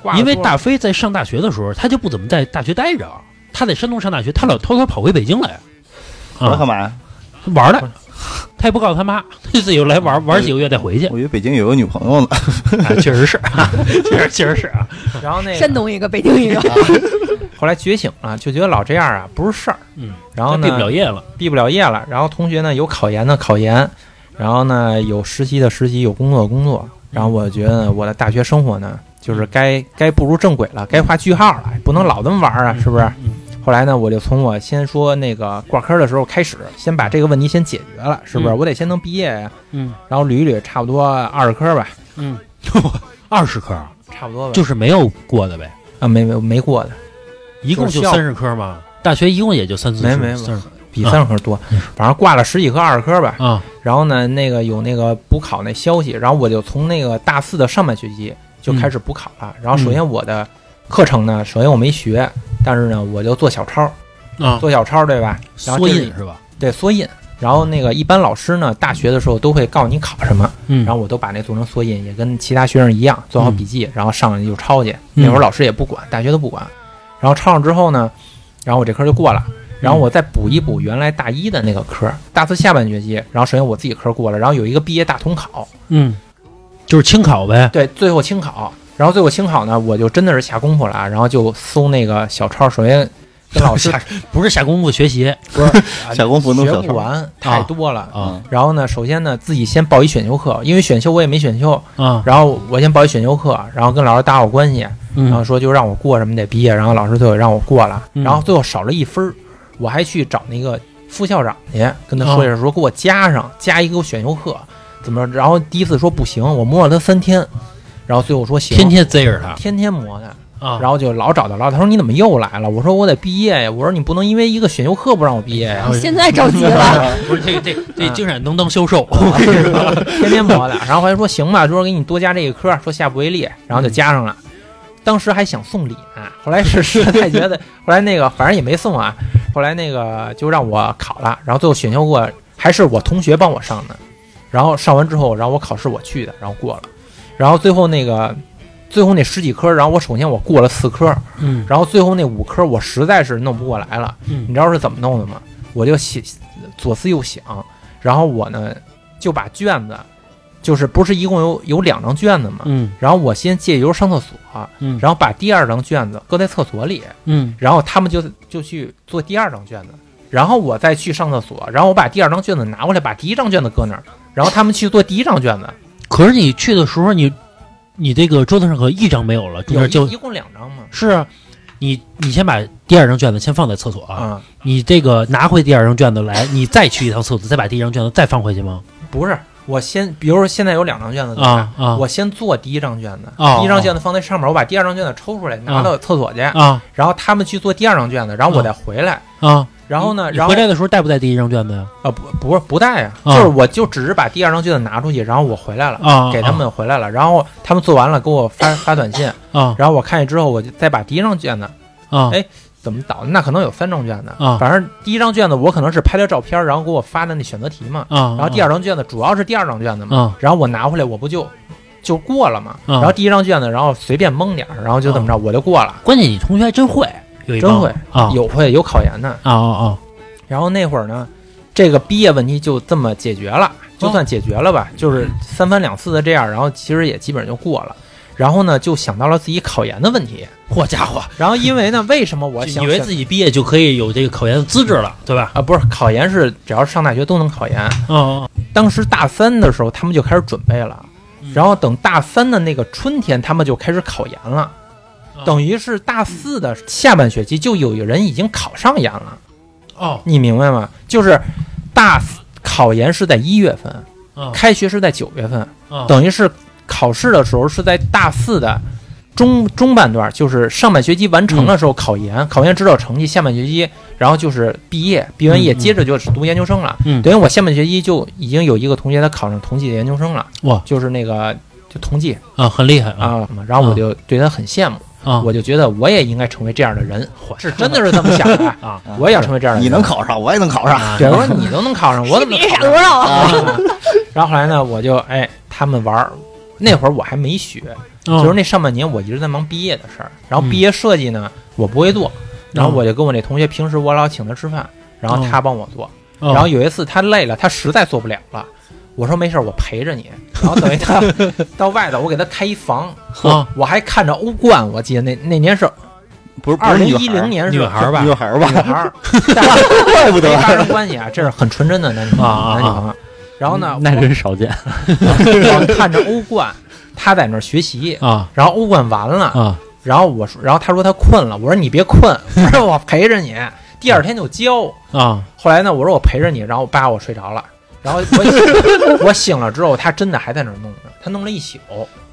F: 挂得
B: 因为
F: 多
B: 大飞在上大学的时候，他就不怎么在大学待着，他在山东上大学，他老偷偷跑回北京来，
C: 我要干
B: 啊，
C: 嘛呀？
B: 玩儿来，他也不告诉他妈，他自己又来玩儿
F: 嗯
B: 玩儿几个月再回
F: *laughs*
B: 去，
C: 我以为北京有个女朋友 *laughs* 呢。
B: 啊确实是， *laughs* 啊确实确实是啊，
F: 然后那
D: 山
F: 个
D: 东一个，北京一个，
F: 后来觉醒了，就觉得老这样啊不是事儿。
B: 嗯，
F: 然后
B: 他
F: 呢
B: 毕不了业了，
F: 毕不了业了，然后同学呢有考研的考研，然后呢有实习的实习，有工作的工作。然后我觉得我的大学生活呢，就是该该步入正轨了，该画句号了，不能老这么玩啊，是不是？
B: 嗯
F: 后来呢，我就从我先说那个挂科的时候开始，先把这个问题先解决了，是不是？
B: 嗯
F: 我得先能毕业呀。
B: 嗯
F: 然后捋一捋，差不多二十科吧，
B: 嗯，二十科
F: 差不多吧，
B: 就是没有过的呗，
F: 啊没没没过的，
B: 一共就
F: 就是校
B: 三十科嘛，大学一共也就三四
F: 没
B: 十，
F: 没没
B: 三十
F: 比
B: 啊
F: 三十科多，反正挂了十几科二十科吧。
B: 啊，
F: 然后呢，那个有那个补考那消息，然后我就从那个大四的上半学期就开始补考了。
B: 嗯
F: 然后首先我的课程呢，首先我没学，但是呢，我就做小抄，
B: 啊，
F: 做小抄对吧？然后
B: 缩
F: 这
B: 印
F: 是
B: 是吧？
F: 对缩印。然后那个一般老师呢，大学的时候都会告你考什么，
B: 嗯，
F: 然后我都把那做成缩印，也跟其他学生一样做好
C: 嗯
F: 笔记，然后上去就抄去。
B: 嗯
F: 那会儿老师也不管，大学都不管。然后抄上之后呢，然后我这科就过了。然后
C: 嗯
F: 我再补一补原来大一的那个科，大四下半学期。然后首先我自己科过了，然后有一个毕业大统考，
B: 嗯，就是清考呗，
F: 对，最后清考。然后最后清考呢，我就真的是下功夫了啊，然后就搜那个小抄，首先跟老师
B: 不是下功夫学习，
F: 不是
C: 下功夫弄 *laughs*
F: 学
C: 小
F: 不
C: 抄
F: 完，太多了。
B: 啊
F: 然后呢，首先呢，自己先报一选修课，因为选修我也没选修，
B: 啊，
F: 然后我先报一选修课，然后跟老师打好关系，然后
B: 嗯
F: 说就让我过什么得毕业，然后老师最后也让我过了，
B: 嗯
F: 然后最后少了一分儿，我还去找那个副校长去跟他
B: 哦
F: 说一声，说给我加上加一个选修课，怎么着？然后第一次说不行，我摸了他三天，然后最后说行，
B: 天天贼着他
F: 天天摸他，
B: 啊，
F: 然后就老找他老，他说你怎么又来了？我说我得毕业呀，我说你不能因为一个选修课不让我毕业呀，
D: 现在着急
B: *laughs*
D: 了，
B: 不是这这这
F: 啊
B: 经闪能当销售，
F: 天天磨的。然后还说行吧，说给你多加这一科，说下不为例，然后就加上了。当时还想送礼呢，后来是实在觉得，后来那个反正也没送啊，后来那个就让我考了，然后最后选修过还是我同学帮我上的，然后上完之后，然后我考试我去的，然后过了，然后最后那个最后那十几科，然后我首先我过了四科，
B: *laughs* 嗯
F: 然后最后那五科我实在是弄不过来了，
B: 嗯
F: 你知道是怎么弄的吗？我就写左思右想，然后我呢就把卷子，就是不是一共有有两张卷子嘛，
B: 嗯
F: 然后我先借由上厕所，
B: 嗯
F: 然后把第二张卷子搁在厕所里，
B: 嗯
F: 然后他们就就去做第二张卷子，然后我再去上厕所，然后我把第二张卷子拿过来，把第一张卷子搁那儿，然后他们去做第一张卷子，
B: 可是你去的时候，你你这个桌子上可一张没有了，中
F: 有
B: 间就
F: 一一共两张嘛，
B: 是啊，你你先把第二张卷子先放在厕所啊，
F: 啊，
B: 你这个拿回第二张卷子来，你再去一趟厕所，再把第一张卷子再放回去吗？
F: 不是，我先，比如说现在有两张卷子，对吧
B: 啊啊
F: 嗯我先做第一张卷子，
B: 哦
F: 第一张卷子放在上面，我把第二张卷子抽出来拿到厕所去，
B: 啊
F: 然后他们去做第二张卷子，然后我再回来，
B: 啊！
F: 然后呢，
B: 你
F: 然后
B: 回来的时候带不带第一张卷子呀？
F: 啊不不是不带呀，
B: 啊
F: 就是我就只是把第二张卷子拿出去，然后我回来了。
B: 啊，
F: 给他们回来了，然后他们做完了给我发发
B: *laughs*
F: 短信，
B: 啊
F: 然后我看见之后，我就再把第一张卷子
B: 啊
F: 哎怎么导，那可能有三张卷子
B: 啊
F: 反正第一张卷子我可能是拍了照片，然后给我发的那选择题嘛，
B: 啊！
F: 然后第二张卷子主要是第二张卷子嘛，
B: 啊
F: 然后我拿回来我不就就过了嘛，
B: 啊
F: 然后第一张卷子然后随便蒙点儿，然后就怎么着
B: 嗯
F: 我就过了，
B: 关键你同学还真会，有一帮
F: 真会
B: 啊
F: 有会有考研的，
B: 啊啊
F: 然后那会儿呢，这个毕业问题就这么解决了，
B: 嗯
F: 就算解决了吧，就是三番两次的这样，然后其实也基本就过了。然后呢，就想到了自己考研的问题。
B: 啊！好家伙，
F: 然后因为呢，为什么我想
B: 以为
F: 想
B: 自己毕业就可以有这个考研的资质了，对吧？
F: 啊，不是考研是只要上大学都能考研。
B: 啊
F: 当时大三的时候，他们就开始准备了
B: 嗯。
F: 然后等大三的那个春天，他们就开始考研了，
B: 啊
F: 等于是大四的下半学期就有人已经考上研了，
B: 哦
F: 你明白吗？就是大四考研是在一月份，
B: 啊
F: 开学是在九月份，
B: 啊
F: 等于是考试的时候是在大四的中中半段，就是上半学期完成的时候考研，
B: 嗯
F: 考研知道成绩，下半学期然后就是毕业，毕完业
B: 嗯嗯
F: 接着就是读研究生了。
B: 嗯
F: 等于我下半学期就已经有一个同学他考上同济的研究生了，
B: 哇
F: 就是那个就同济
B: 啊，很厉害啊
F: 啊，然后我就对他很羡慕，
B: 啊！
F: 我就觉得我也应该成为这样的人，
B: 嚯
F: 是真的是这么想的
B: *laughs* 啊，
F: 我也要成为这样的人。
C: 你能考上，我也能考上。
B: *laughs*
F: 对，我说你都能考上，我怎么能
D: 别
F: 考
D: 傻
F: 不上
D: 多少啊！
F: 啊， *laughs* 然后后来呢，我就哎，他们玩儿，那会儿我还没学，就是
B: 那
F: 那上半年我一直在忙毕业的事儿，然后
B: 嗯
F: 毕业设计呢我不会做，然后我就跟我那同学平时我老请他吃饭，然
B: 嗯
F: 后他帮我做，然后有一次他累了，他实在做不了了。我说没事儿，我陪着你。然后等于他 *laughs* 到外头，我给他开一房，
B: 啊
F: 我还看着欧冠，我记得那那年是
C: *laughs* 不是，不
F: 二
C: 是
F: 零
C: 女
F: 一零
C: 孩
F: 年是
B: 女孩
F: *laughs*
B: 儿吧
C: 女孩儿
F: 女
C: 吧？
F: 孩儿，但
B: *laughs*
F: 是
C: *laughs* 怪不
F: 没
C: 得
F: 发生关系啊，这是很纯真的男女朋友
B: 啊啊啊
F: 男女朋友。然后呢，
G: 那真少见
F: 我看着欧冠，他在那儿学习，
B: 啊
F: 然后欧冠完了，
B: 啊
F: 然后我说，然后他说他困了，我说你别困，我说我陪着你，第二天就教。
B: 啊
F: 后来呢，我说我陪着你，然后叭我睡着了，然后我我醒了之后，他真的还在那儿弄着，他弄了一宿，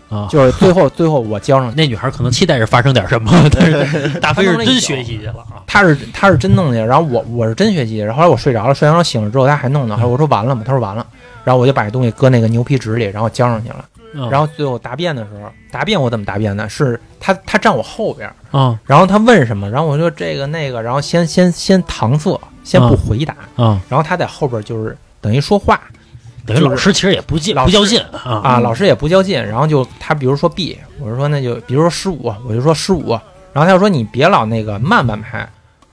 B: 啊！
F: 就是最后最后我交上去，
B: 那女孩可能期待着发生点什么，但
F: *laughs*
B: 是大飞是真学习去了啊！
F: 他是他是真弄去，然后我我是真学习，然后后来我睡着了，睡着了醒了之后他还弄呢，后来我说完了吗？他说完了，然后我就把这东西搁那个牛皮纸里，然后交上去了。嗯
B: 嗯
F: 然后最后答辩的时候，答辩我怎么答辩呢？是他他站我后边儿，
B: 后啊
F: 然后他问什么，然后我说这个那个，然后先先先搪塞，先不回答，
B: 啊，
F: 然后他在后边就是等于说话
B: 嗯等于老师其实也不劲不较劲啊
F: 啊，老师也不较劲，然后就他比如说 B，我就说那就比如说十五，我就说十五，然后他就说你别老那个慢半拍，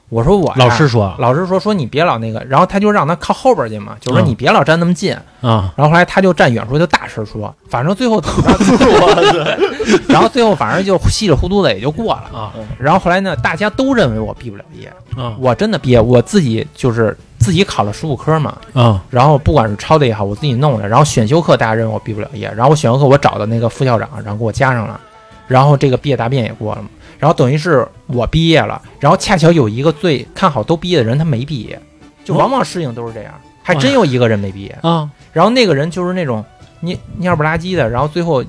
F: 我说我呀
B: 老师说
F: 老师说说你别老那个，然后他就让他靠后边去嘛，就说
B: 嗯
F: 你别老站那么近，
B: 啊
F: 然后后来他就站远处就大声说，反正最后怎么着 *laughs* 然后最后反正就稀里糊涂的也就过了。
B: 啊
F: 然后后来呢，大家都认为我毕不了业，
B: 啊
F: 我真的毕业，我自己就是自己考了十五科嘛，
B: 啊
F: 然后不管是抄的也好，我自己弄的，然后选修课大家认为我毕不了业，然后我选修课我找的那个副校长，然后给我加上了，然后这个毕业答辩也过了嘛，然后等于是我毕业了，然后恰巧有一个最看好都毕业的人他没毕业，就往往事情都是这样，还真有一个人没毕业，
B: 啊
F: 然后那个人就是那种蔫蔫不拉几的，然后最后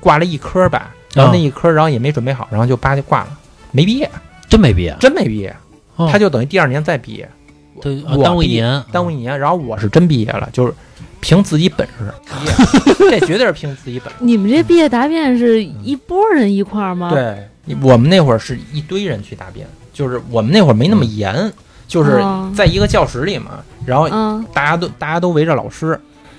F: 挂了一科吧，然后那一科然后也没准备好，然后就叭就挂了，没毕业，
B: 真没毕业，啊
F: 真没毕业，
B: 哦
F: 他就等于第二年再毕业，
B: 对啊
F: 我
B: 耽误一
F: 毕业
B: 年，
F: 耽误一年，然后我是真毕业了，就是凭自己本事毕业，这绝对是凭自己本事。
E: 你们这毕业答辩是一波人一块儿吗？，
F: 对，我们那会儿是一堆人去答辩，就是我们那会儿没那么严，就是
E: 哦
F: 在一个教室里嘛，然后
E: 嗯，
F: 大家都大家都围着老师，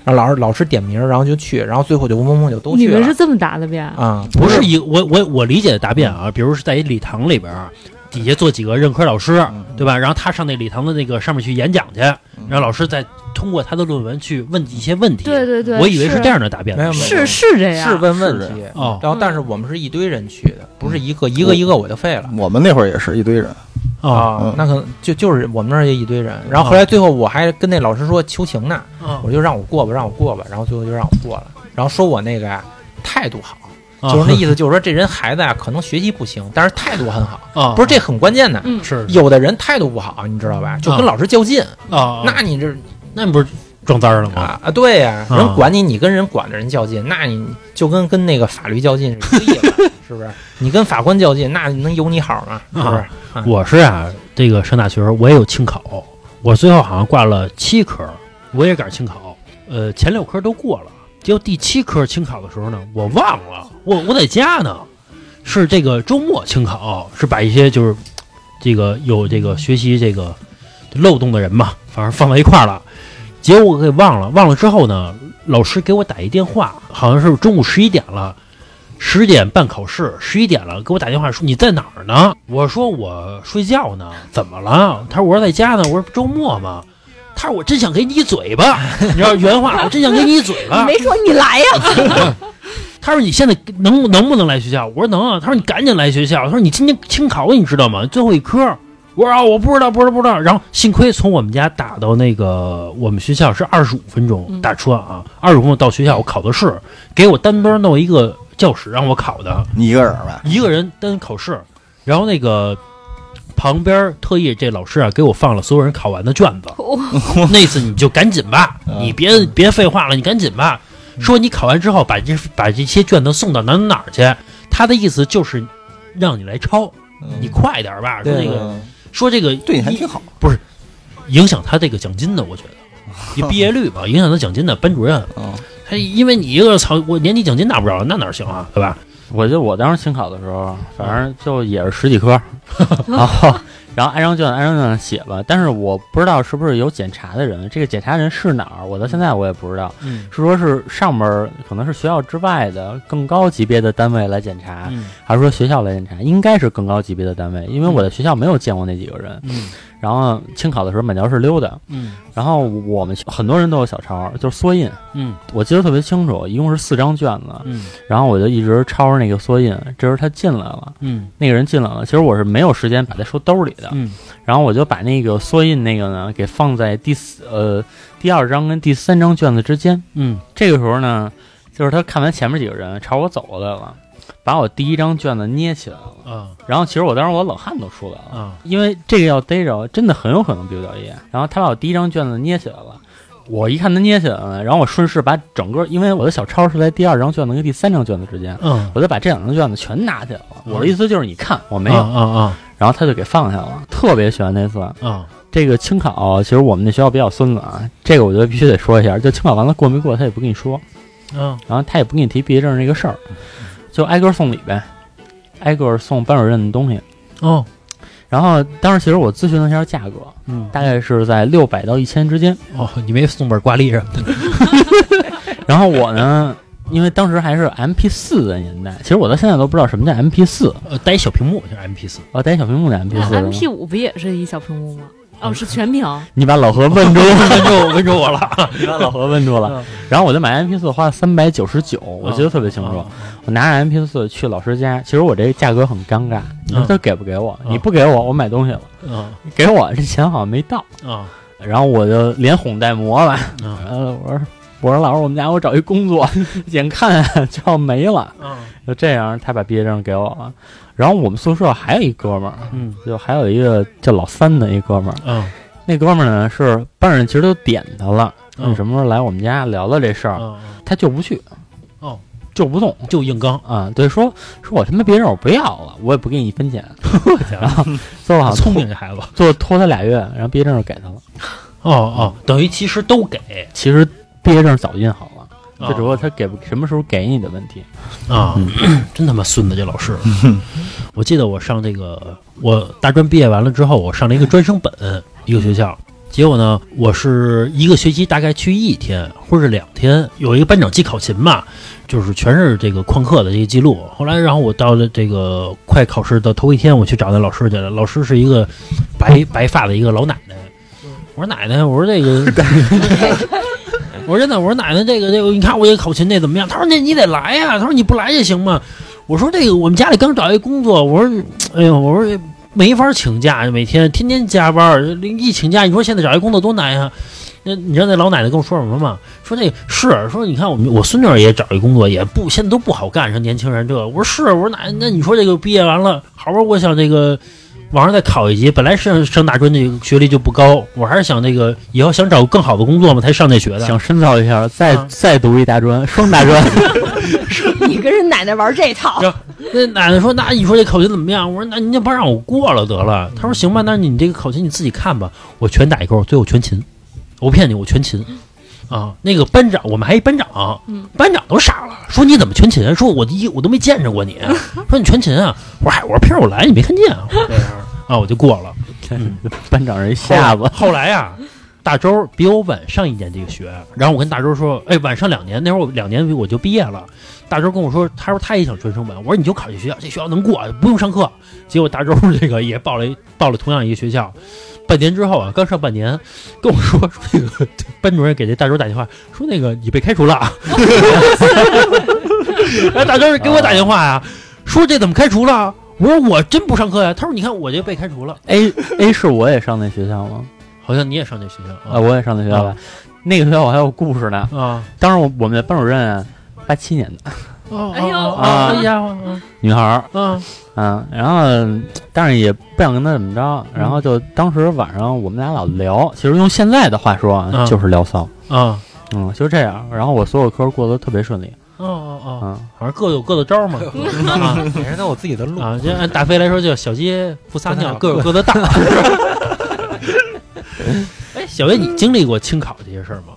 F: 然后老师老师点名，然后就去，然后最后就嗡嗡嗡就都
C: 啊
E: 你
F: 去
E: 们
F: 了
E: 是。这么答的辩？
F: 啊、
B: 不是一我我我理解的答辩啊，比如是在一礼堂里边儿，底下坐几个任课老师，
F: 嗯
B: 对吧？然后他上那礼堂的那个上面去演讲去，然后老师再通过他的论文去问一些问题。
E: 对对对，
B: 我以为
E: 是
B: 是这，样的答辩
F: 没有没有
E: 是是这
D: 啊
E: 样，
F: 是问问
C: 是
F: 题，
B: 哦
F: 然后但是我们是一堆人去
B: 嗯
F: 的，不是一个一个一个我就废了。
C: *laughs* 我们那会儿也是一堆人，
B: 啊
F: 啊
C: 嗯
F: 那可能就就是我们那儿也一堆人，然后后来最后我还跟那老师说求情呢，
B: 啊
F: 我就让我过吧，让我过吧，然后最后就让我过了，然后说我那个呀态度好，
B: 啊
F: 就是那意思，就是说这人孩子啊，可能学习不行，但是态度很好。
B: 啊，
F: 不是这很关键的，
E: 嗯，
B: 是
F: 有的人态度不好，你知道吧？就跟
B: 啊
F: 老师较劲，
B: 啊，
F: 那你这
B: 那不是撞单儿了吗？
F: 啊啊，对呀、
B: 啊
F: 人管你，你跟人管的人较劲，那你就跟跟那个法律较劲
B: *laughs*
F: 是一个意思，是不是？你跟法官较劲，那能有你好吗？
B: 啊
F: 是不是？
B: 我是啊，这个上大学时候我也有清考，我最后好像挂了七科，我也赶上清考，呃，前六科都过了，结果第七科清考的时候呢，我忘了，我我在家呢，是这个周末清考，是把一些就是这个有这个学习这个漏洞的人嘛，反正放到一块儿了，结果我给忘了，忘了之后呢，老师给我打一电话，好像是中午十一点了。十点半考试，十一点了，给我打电话说你在哪儿呢？我说我睡觉呢，怎么了？他说我说在家呢，我说周末嘛。他说我真想给你一嘴巴，你知道原话，我真想给你一嘴
D: 你
B: 巴。
D: 没说你来呀、
B: 他说你现在能不能不能来学校？我说能啊。他说你赶紧来学校。他说你今天清考你知道吗？最后一科。我说啊，我不知道，不知道，不知道。然后幸亏从我们家打到那个我们学校是二十五分钟
E: 嗯
B: 打车啊，二十五分钟到学校，我考的试，给我单独弄一个教室让我考的。
C: 你一个人吧，
B: 一个人单考试，然后那个旁边儿特意这老师啊给我放了所有人考完的卷子，那次你就赶紧吧，
C: 嗯
B: 你别别废话了，你赶紧吧。说你考完之后把这把这些卷子送到哪儿哪儿去，他的意思就是让你来抄，你快点儿吧。说
F: 对
B: 那个
C: 嗯
B: 说这个
C: 对你还挺好，
B: 影响他这个奖金的，我
C: *laughs*
B: 觉得。你毕业率吧，影响他奖金的班主任，
C: 嗯
B: 他因为你一个操，我年底奖金拿不着，那哪行啊，对吧？
G: 我就我当时清考的时候，反正就也是十几
F: *laughs*
G: 科，然后然后按张卷按张卷写吧，但是我不知道是不是有检查的人，这个检查人是哪儿，我到现在我也不知道，
F: 嗯
G: 是说是上面儿可能是学校之外的更高级别的单位来检查，
F: 嗯
G: 还是说学校来检查？应该是更高级别的单位，因为我在学校没有见过那几个人。
F: 嗯
G: 然后清考的时候满教室溜达，
F: 嗯
G: 然后我们很多人都有小抄，就是缩印。
F: 嗯，
G: 我记得特别清楚，一共是四张卷子。
F: 嗯，
G: 然后我就一直抄着那个缩印。这时候他进来了，
F: 嗯，
G: 那个人进来了。其实我是没有时间把它收兜里
B: 啊
G: 的。
F: 嗯，
G: 然后我就把那个缩印那个呢给放在第四呃第二张跟第三张卷子之间。
F: 嗯，
G: 这个时候呢，就是他看完前面几个人朝我走过来了，把我第一张卷子捏起来了。
B: 啊
G: 然后其实我当时我冷汗都出来了。
B: 啊
G: 因为这个要逮着，真的很有可能毕不了业。然后他把我第一张卷子捏起来了，我一看他捏起来了，然后我顺势把整个，因为我的小抄是在第二张卷子跟第三张卷子之间，
B: 嗯，
G: 我就把这两张卷子全拿起来了。
B: 嗯
G: 我的意思就是，你看我没有，
B: 啊啊
G: 然后他就给放下了。特别喜欢那次
B: 啊啊
G: 这个清考，其实我们那学校比较孙子啊，这个我觉得必须得说一下，就清考完了过没过他也不跟你说，
B: 啊
G: 然后他也不给你提毕业证这个事儿，
B: 嗯
G: 就挨个送礼呗，挨个送班主任的东西。
B: 哦，
G: 然后当时其实我咨询了一下价格，
B: 嗯
G: 大概是在六百到一千之间。
B: 哦，你没送本挂历什么的？
G: 然后我呢，因为当时还是 M P 四的年代，其实我到现在都不知道什么叫 M P 四，
B: 呃，带一小屏幕就是 M P 四，
G: 我带一小屏幕的 M P
E: 那
G: 四。
E: 啊 M P 五不也是一小屏幕吗？哦，是全屏。
G: 你把老何问
B: *laughs*
G: 住，
B: 问住问住我了。
G: *laughs*
B: 嗯
G: 你把老何问住了。然后我就买 M P 四，花了三百九十九，我记得特别清楚。
B: 嗯
G: 我拿着 M P 四去老师家，其实我这个价格很尴尬，你说他给不给我？
B: 嗯
G: 你不给我，我买东西了；
B: 啊
G: 你给我这钱好像没到。
B: 啊
G: 然后我就连哄带磨吧，
B: 啊
G: 呃，我说我说老师，我们家我找一工作， *laughs* 眼看就要没了。
B: 啊！
G: 就这样，他把毕业证给我了。然后我们宿舍还有一哥们儿，
B: 嗯
G: 就还有一个叫老三的一哥们儿。
B: 啊
G: 那哥们儿呢是班主任其实都点他了，
B: 嗯
G: 你什么时候来我们家聊聊这事儿？
B: 啊！
G: 他就不去，
B: 哦，
G: 就不动
B: 就硬刚，
G: 啊。对，说说我他妈毕业证我不要了，我也不给你一分钱。
B: *laughs*
G: 然后最后好像
B: 聪明这孩子。
G: 拖，就拖他俩月，然后毕业证就给他了。
B: 哦哦，等于其实都给，
G: 其实毕业证早印好
B: 哦
G: 了。这只不过他给不什么时候给你的问题，
B: 啊，真他妈孙子这老师。我记得我上这个，我大专毕业完了之后，我上了一个专升本，一个学校。结果呢，我是一个学期大概去一天或者两天，有一个班长记考勤嘛，就是全是这个旷课的这个记录。后来，然后我到了这个快考试的头一天，我去找那老师去了。老师是一个白白发的一个老奶奶。我说奶奶，我说这个我说真的，我说奶奶，这个这个，你看我这考勤这怎么样？他说那你得来呀、他说你不来也行嘛。我说这个我们家里刚找一工作，我说哎呦，我说没法请假，每天天天加班，一请假你说现在找一工作多难呀、啊那你知道那老奶奶跟我说什么吗？说那是说你看我们我孙女儿也找一工作，也不现在都不好干，说年轻人这个。我说是，我说那那你说这个毕业完了，好不容易我想这个网上再考一级，本来上上大专这个学历就不高，我还是想那个以后想找更好的工作嘛，才上那学的。
G: 想深造一下，再
B: 啊
G: 再读一大专，双大
B: *laughs*
G: 专，
D: 你跟人奶奶玩这套，
B: 那奶奶说：“那你说这考勤怎么样？”我说：“那您就不让我过了得了。”她说：“行吧，那你这个考勤你自己看吧，我全打一勾，最后全勤。我不骗你，我全勤。”啊，那个班长，我们还一班长，班长都傻了，说你怎么全勤？说我一我都没见着过你，说你全勤啊？我说嗨，我说片儿我来，你没看见啊？我这样啊，我就过了。
G: 嗯班长是一下巴。
B: 后来呀、大周比我晚上一年这个学，然后我跟大周说，哎，晚上两年，那会儿我两年我就毕业了。大周跟我说，他说他也想专升本，我说你就考这学校，这学校能过，不用上课。结果大周这个也报了一 *laughs* 报了同样一个学校，半年之后啊，刚上半年，跟我说说那个班主任给这大周打电话，说那个你被开除了啊。然后大周给我打电话呀、说这怎么开除了？我说我真不上课呀、他说你看我这被开除了，
G: A A 是我也上那学校吗？
B: 好像你也上这学校
G: 啊，我也上那学校吧。
B: 嗯
G: 那个学校我还有故事呢。
B: 啊
G: 当时我我们的班主任八七年的
B: 哦，
E: 哎呦
B: 啊
G: 哎
B: 呀，
G: 女孩儿，
B: 嗯
G: 嗯，然后但是也不想跟她怎么着，然后就当时晚上我们俩老聊，其实用现在的话说啊，
B: 嗯
G: 就是聊骚，
B: 啊，
G: 嗯，就这样。然后我所有科过得特别顺利，
B: 哦哦哦，
G: 嗯，
B: 反正各有各的招儿 *laughs* 嘛。啊
F: 每人都有自己的路。
B: 啊，就按大飞来说，叫小鸡不撒尿，各有各的大。 *laughs* 哎，小薇，你经历过清考这些事儿吗？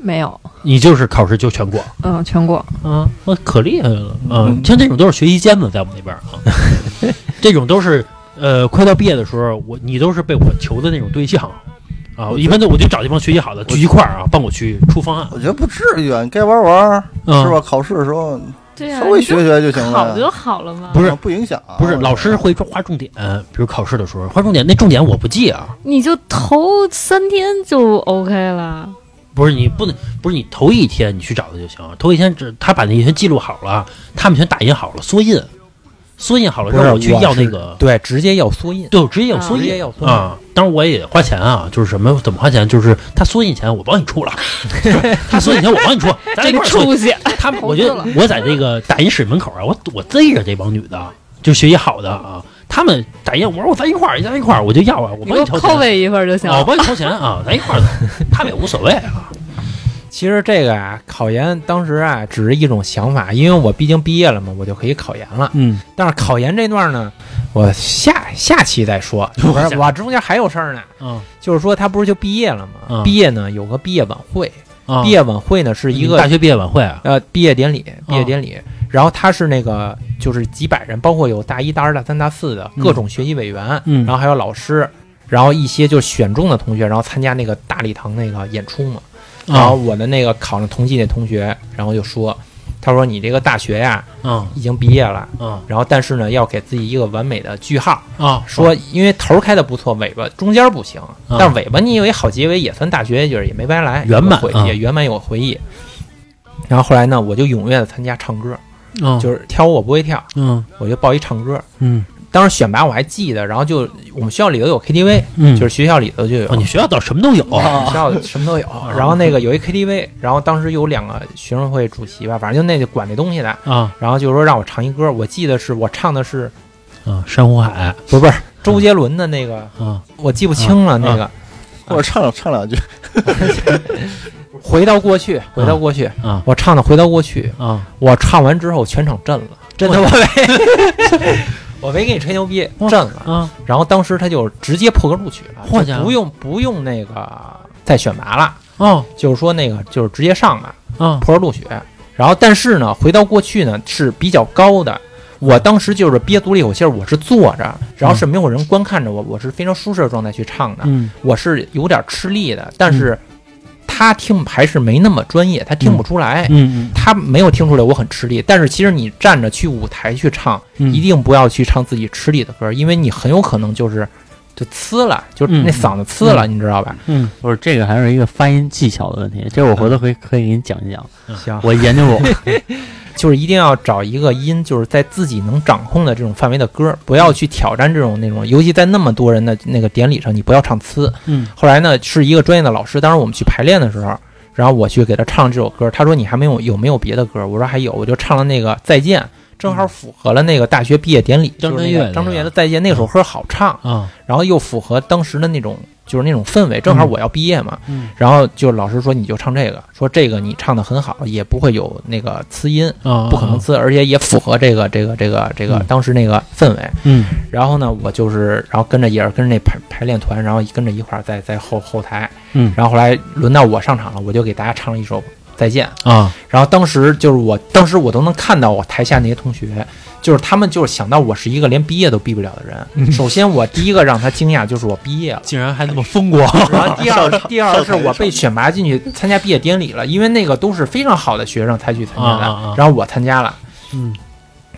D: 没有，
B: 你就是考试就全过
D: 嗯，全过。
B: 啊，我可厉害了啊！像这种都是学习尖子，在我们那边儿啊， *laughs* 这种都是呃，快到毕业的时候，我你都是被我求的那种对象啊。我一般都我就找这帮学习好的聚一块儿啊，帮我去出方案，
C: 我觉得不至于，啊，你该玩玩
B: 嗯
C: 是吧？考试的时候
E: 对啊呀，
C: 稍微学学就行
E: 好
C: 了
E: 不，就好了吗？
B: 啊不是
C: 啊不影响啊。
B: 不是
C: 我觉得
B: 老
C: *laughs*
B: 师会划重点，比如考试的时候划重点，那重点我不记啊。
E: 你就头三天就 OK 了。
B: 不是你不能，不是你头一天你去找他就行，头一天只他把那些全记录好了，他们全打印好了，缩印，缩印好了
F: 不是
B: 让我去
F: 我
B: 要
F: 是
B: 那个，
F: 对，直接要缩印，
B: 对，我直接要缩
E: 啊
F: 直接
B: 印
F: 要缩印。
B: 啊。当然我也花钱啊，就是什么怎么花钱，就是他缩印钱我帮你出了，他缩印钱我帮你出，咱俩一
E: 这
B: 块儿
E: 个
B: 缩印
E: 出息，
B: *laughs* 他们，
D: 投
B: 我
D: 资
B: 觉得
D: 了
B: 我在这个打印室门口啊，我我逮着这帮女的，就学习好的啊，他们打印，我说我咱一块儿，咱一块儿，我就要啊，我
E: 你
B: 帮
E: 给
B: 你
E: 我
B: 掏
E: 扣
B: 钱，
E: 位一份儿就行
B: 啊我
E: 了。
B: 帮你掏钱啊，咱一
F: *laughs*
B: 块儿走，他们也无所谓啊，
F: 其实这个啊，考研当时啊，只是一种想法，因为我毕竟毕业了嘛，我就可以考研了。
B: 嗯，
F: 但是考研这段呢，我下下期
B: *laughs*
F: 再说。不是，我中间还有事儿呢，
B: 啊
F: 就是说他不是就毕业了吗？
B: 嗯
F: 毕业呢有个毕业晚会，
B: 啊，
F: 毕业晚会呢是一
B: 你们大
F: 个
B: 学毕业晚会啊，
F: 呃毕业典礼，毕业典礼。然后他是那个就是几百人，包括有大一、大二、大三、大四的
B: 嗯
F: 各种学习委员，
B: 嗯
F: 然后还有老师，然后一些就选中的同学，然后参加那个大礼堂那个演出嘛。
B: 哦
F: 然后我的那个考上同济那同学，然后就说，他说你这个大学呀
B: 啊
F: 已经毕业了，
B: 啊
F: 然后但是呢要给自己一个完美的句号，
B: 啊，
F: 说因为头儿开的不错，尾巴中间儿不行，但是尾巴你有一好结尾也算大学，就是也没白来，
B: 嗯圆满
F: 有回
B: 啊
F: 也圆满有回忆。然后后来呢，我就踊跃的参加唱歌，
B: 啊
F: 就是跳舞我不会跳，
B: 嗯
F: 我就报一唱歌。
B: 嗯
F: 当时选拔我还记得，然后就我们学校里头有 KTV，
B: 嗯，
F: 就是学校里头就有
B: 哦，你哦学校倒什么都有啊
F: 我们
C: 啊 *laughs*
F: 学
B: *laughs*
F: 校什么都有。然后那个有一 KTV，然后当时有两个学生会主席吧，反正就那就管这东西的。
B: 啊
F: 然后就说让我唱一歌，我记得是我唱的是
B: 啊，珊瑚海
F: 不是不是周杰伦的那个，
B: 啊
F: 我记不清了
B: 嗯
F: 那个。
C: 或者唱唱两句，
F: 回到过去，回到过去，
B: 啊
F: 嗯我唱的《回到过去》，
B: 啊，
F: 我唱完之后全场震了，真的我没， *laughs* 我没给你吹牛逼，
B: 哇
F: 震了。
B: 啊
F: 然后当时他就直接破格录取了，
B: 嚯
F: 就
B: 家伙
F: 不用不用那个再选拔了，
B: 哦
F: 就是说那个就是直接上吧。
B: 啊
F: 破格录取。然后，但是呢，回到过去呢是比较高的。我当时就是憋足了一口气儿，我是坐着，然后是没有人观看着我，我是非常舒适的状态去唱的，
B: 嗯
F: 我是有点吃力的，但是他听还是没那么专业，他听不出来，
B: 嗯
F: 他没有听出来我很吃力。但是其实你站着去舞台去唱，
B: 嗯，
F: 一定不要去唱自己吃力的歌，因为你很有可能就是就呲了，就是那
B: 嗯
F: 嗓子呲了，你知道吧？
B: 嗯
G: 不是这个
B: 嗯
G: 还是一个发音技巧的问题，这我回头可以可以给你讲一讲，
F: 行
G: 我研究过。
F: 就是一定要找一个音，就是在自己能掌控的这种范围的歌，不要去挑战这种那种，尤其在那么多人的那个典礼上，你不要唱呲。
B: 嗯，
F: 后来呢，是一个专业的老师，当时我们去排练的时候，然后我去给他唱这首歌，他说你还没有有没有别的歌？我说还有，我就唱了那个《再见》，正好符合了那个大学毕业典礼，
B: 嗯张
F: 就是
B: 震
F: 那
B: 岳
F: 个
B: 那
F: 张震岳
B: 个嗯
F: 的《再见》那首歌好唱，
B: 啊，
F: 然后又符合当时的那种就是那种氛围，正好我要毕业嘛，
B: 嗯
F: 然后就老师说你就唱这个，说这个你唱的很好，也不会有那个呲音，
B: 啊，
F: 不可能呲，而且也符合这个这个这个这个
B: 嗯
F: 当时那个氛围。
B: 嗯，
F: 然后呢，我就是然后跟着也是跟着那排排练团，然后跟着一块儿在在后后台，
B: 嗯
F: 然后后来轮到我上场了，我就给大家唱了一首。再见。
B: 啊，
F: 然后当时就是我，当时我都能看到我台下那些同学，就是他们就是想到我是一个连毕业都毕不了的
B: 嗯
F: 人。首先，我第一个让他惊讶就是我毕业了，
B: 竟然还那么风光，
F: *laughs* 然后第二，第二是我被选拔进去参加毕业典礼了，因为那个都是非常好的学生才去参加
B: 啊啊啊
F: 的，然后我参加了，
B: 嗯，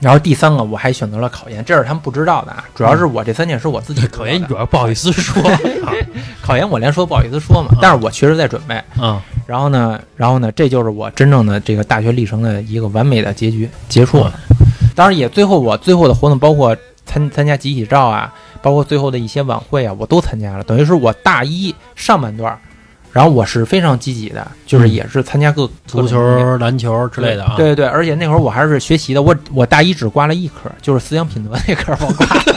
F: 然后第三个我还选择了考研，这是他们不知道的啊，主要是我这三件是我自己
B: 嗯 *laughs* 考研你
F: 知道
B: 主要不好意思 *laughs* 说啊嗯
F: 的考研我连说不好意思说嘛，但是我确实在准备，
B: 啊，
F: 然后呢，然后呢，这就是我真正的这个大学历程的一个完美的结局结束了。
B: 嗯
F: 当然也最后我最后的活动包括参参加集体照啊，包括最后的一些晚会啊，我都参加了。等于是我大一上半段儿，然后我是非常积极的，就是也是参加各
B: 嗯足球、篮球之类的啊，
F: 对对对，而且那会儿我还是学习的，我我大一只挂了一科，就是思想品德那科我挂
B: *laughs*
F: 了。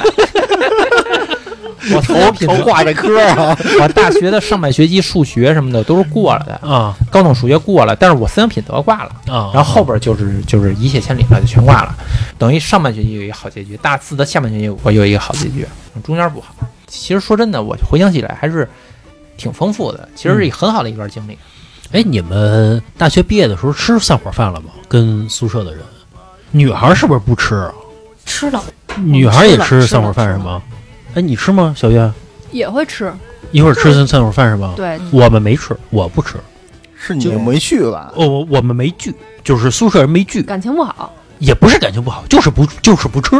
F: 我思想品
C: 头
F: 德，
C: 挂着科啊，
F: 我大学的上半学期数学什么的都是过了的，
B: 啊
F: 高等数学过了，但是我思想品德挂了。
B: 啊，
F: 然后后边就是就是一泻千里了，就全挂了。等于上半学期有一个好结局，大四的下半学期我有一个好结局，中间不好。其实说真的，我回想起来还是挺丰富的，其实是很好的一段经历。
B: 哎，你们大学毕业的时候吃散伙饭了吗？跟宿舍的人，女孩儿是不是不吃？啊？
E: 吃了，
B: 女孩儿也
E: 吃了
B: 散伙饭是吗？哎，你吃吗，小月？
D: 也会吃，
B: 一会儿吃散散伙饭是吗？
D: 对，
B: 我们没吃，我不吃。
C: 是你没去吧？
B: 哦，我我们没聚，就是宿舍人没聚，
D: 感情不好，
B: 也不是感情不好，就是不就是不吃，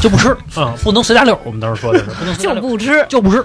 B: 就不吃 *laughs* 啊，不能随大溜儿。我们当时说的是不能随大
E: 就
B: 溜儿，
E: 不吃。
B: 就不吃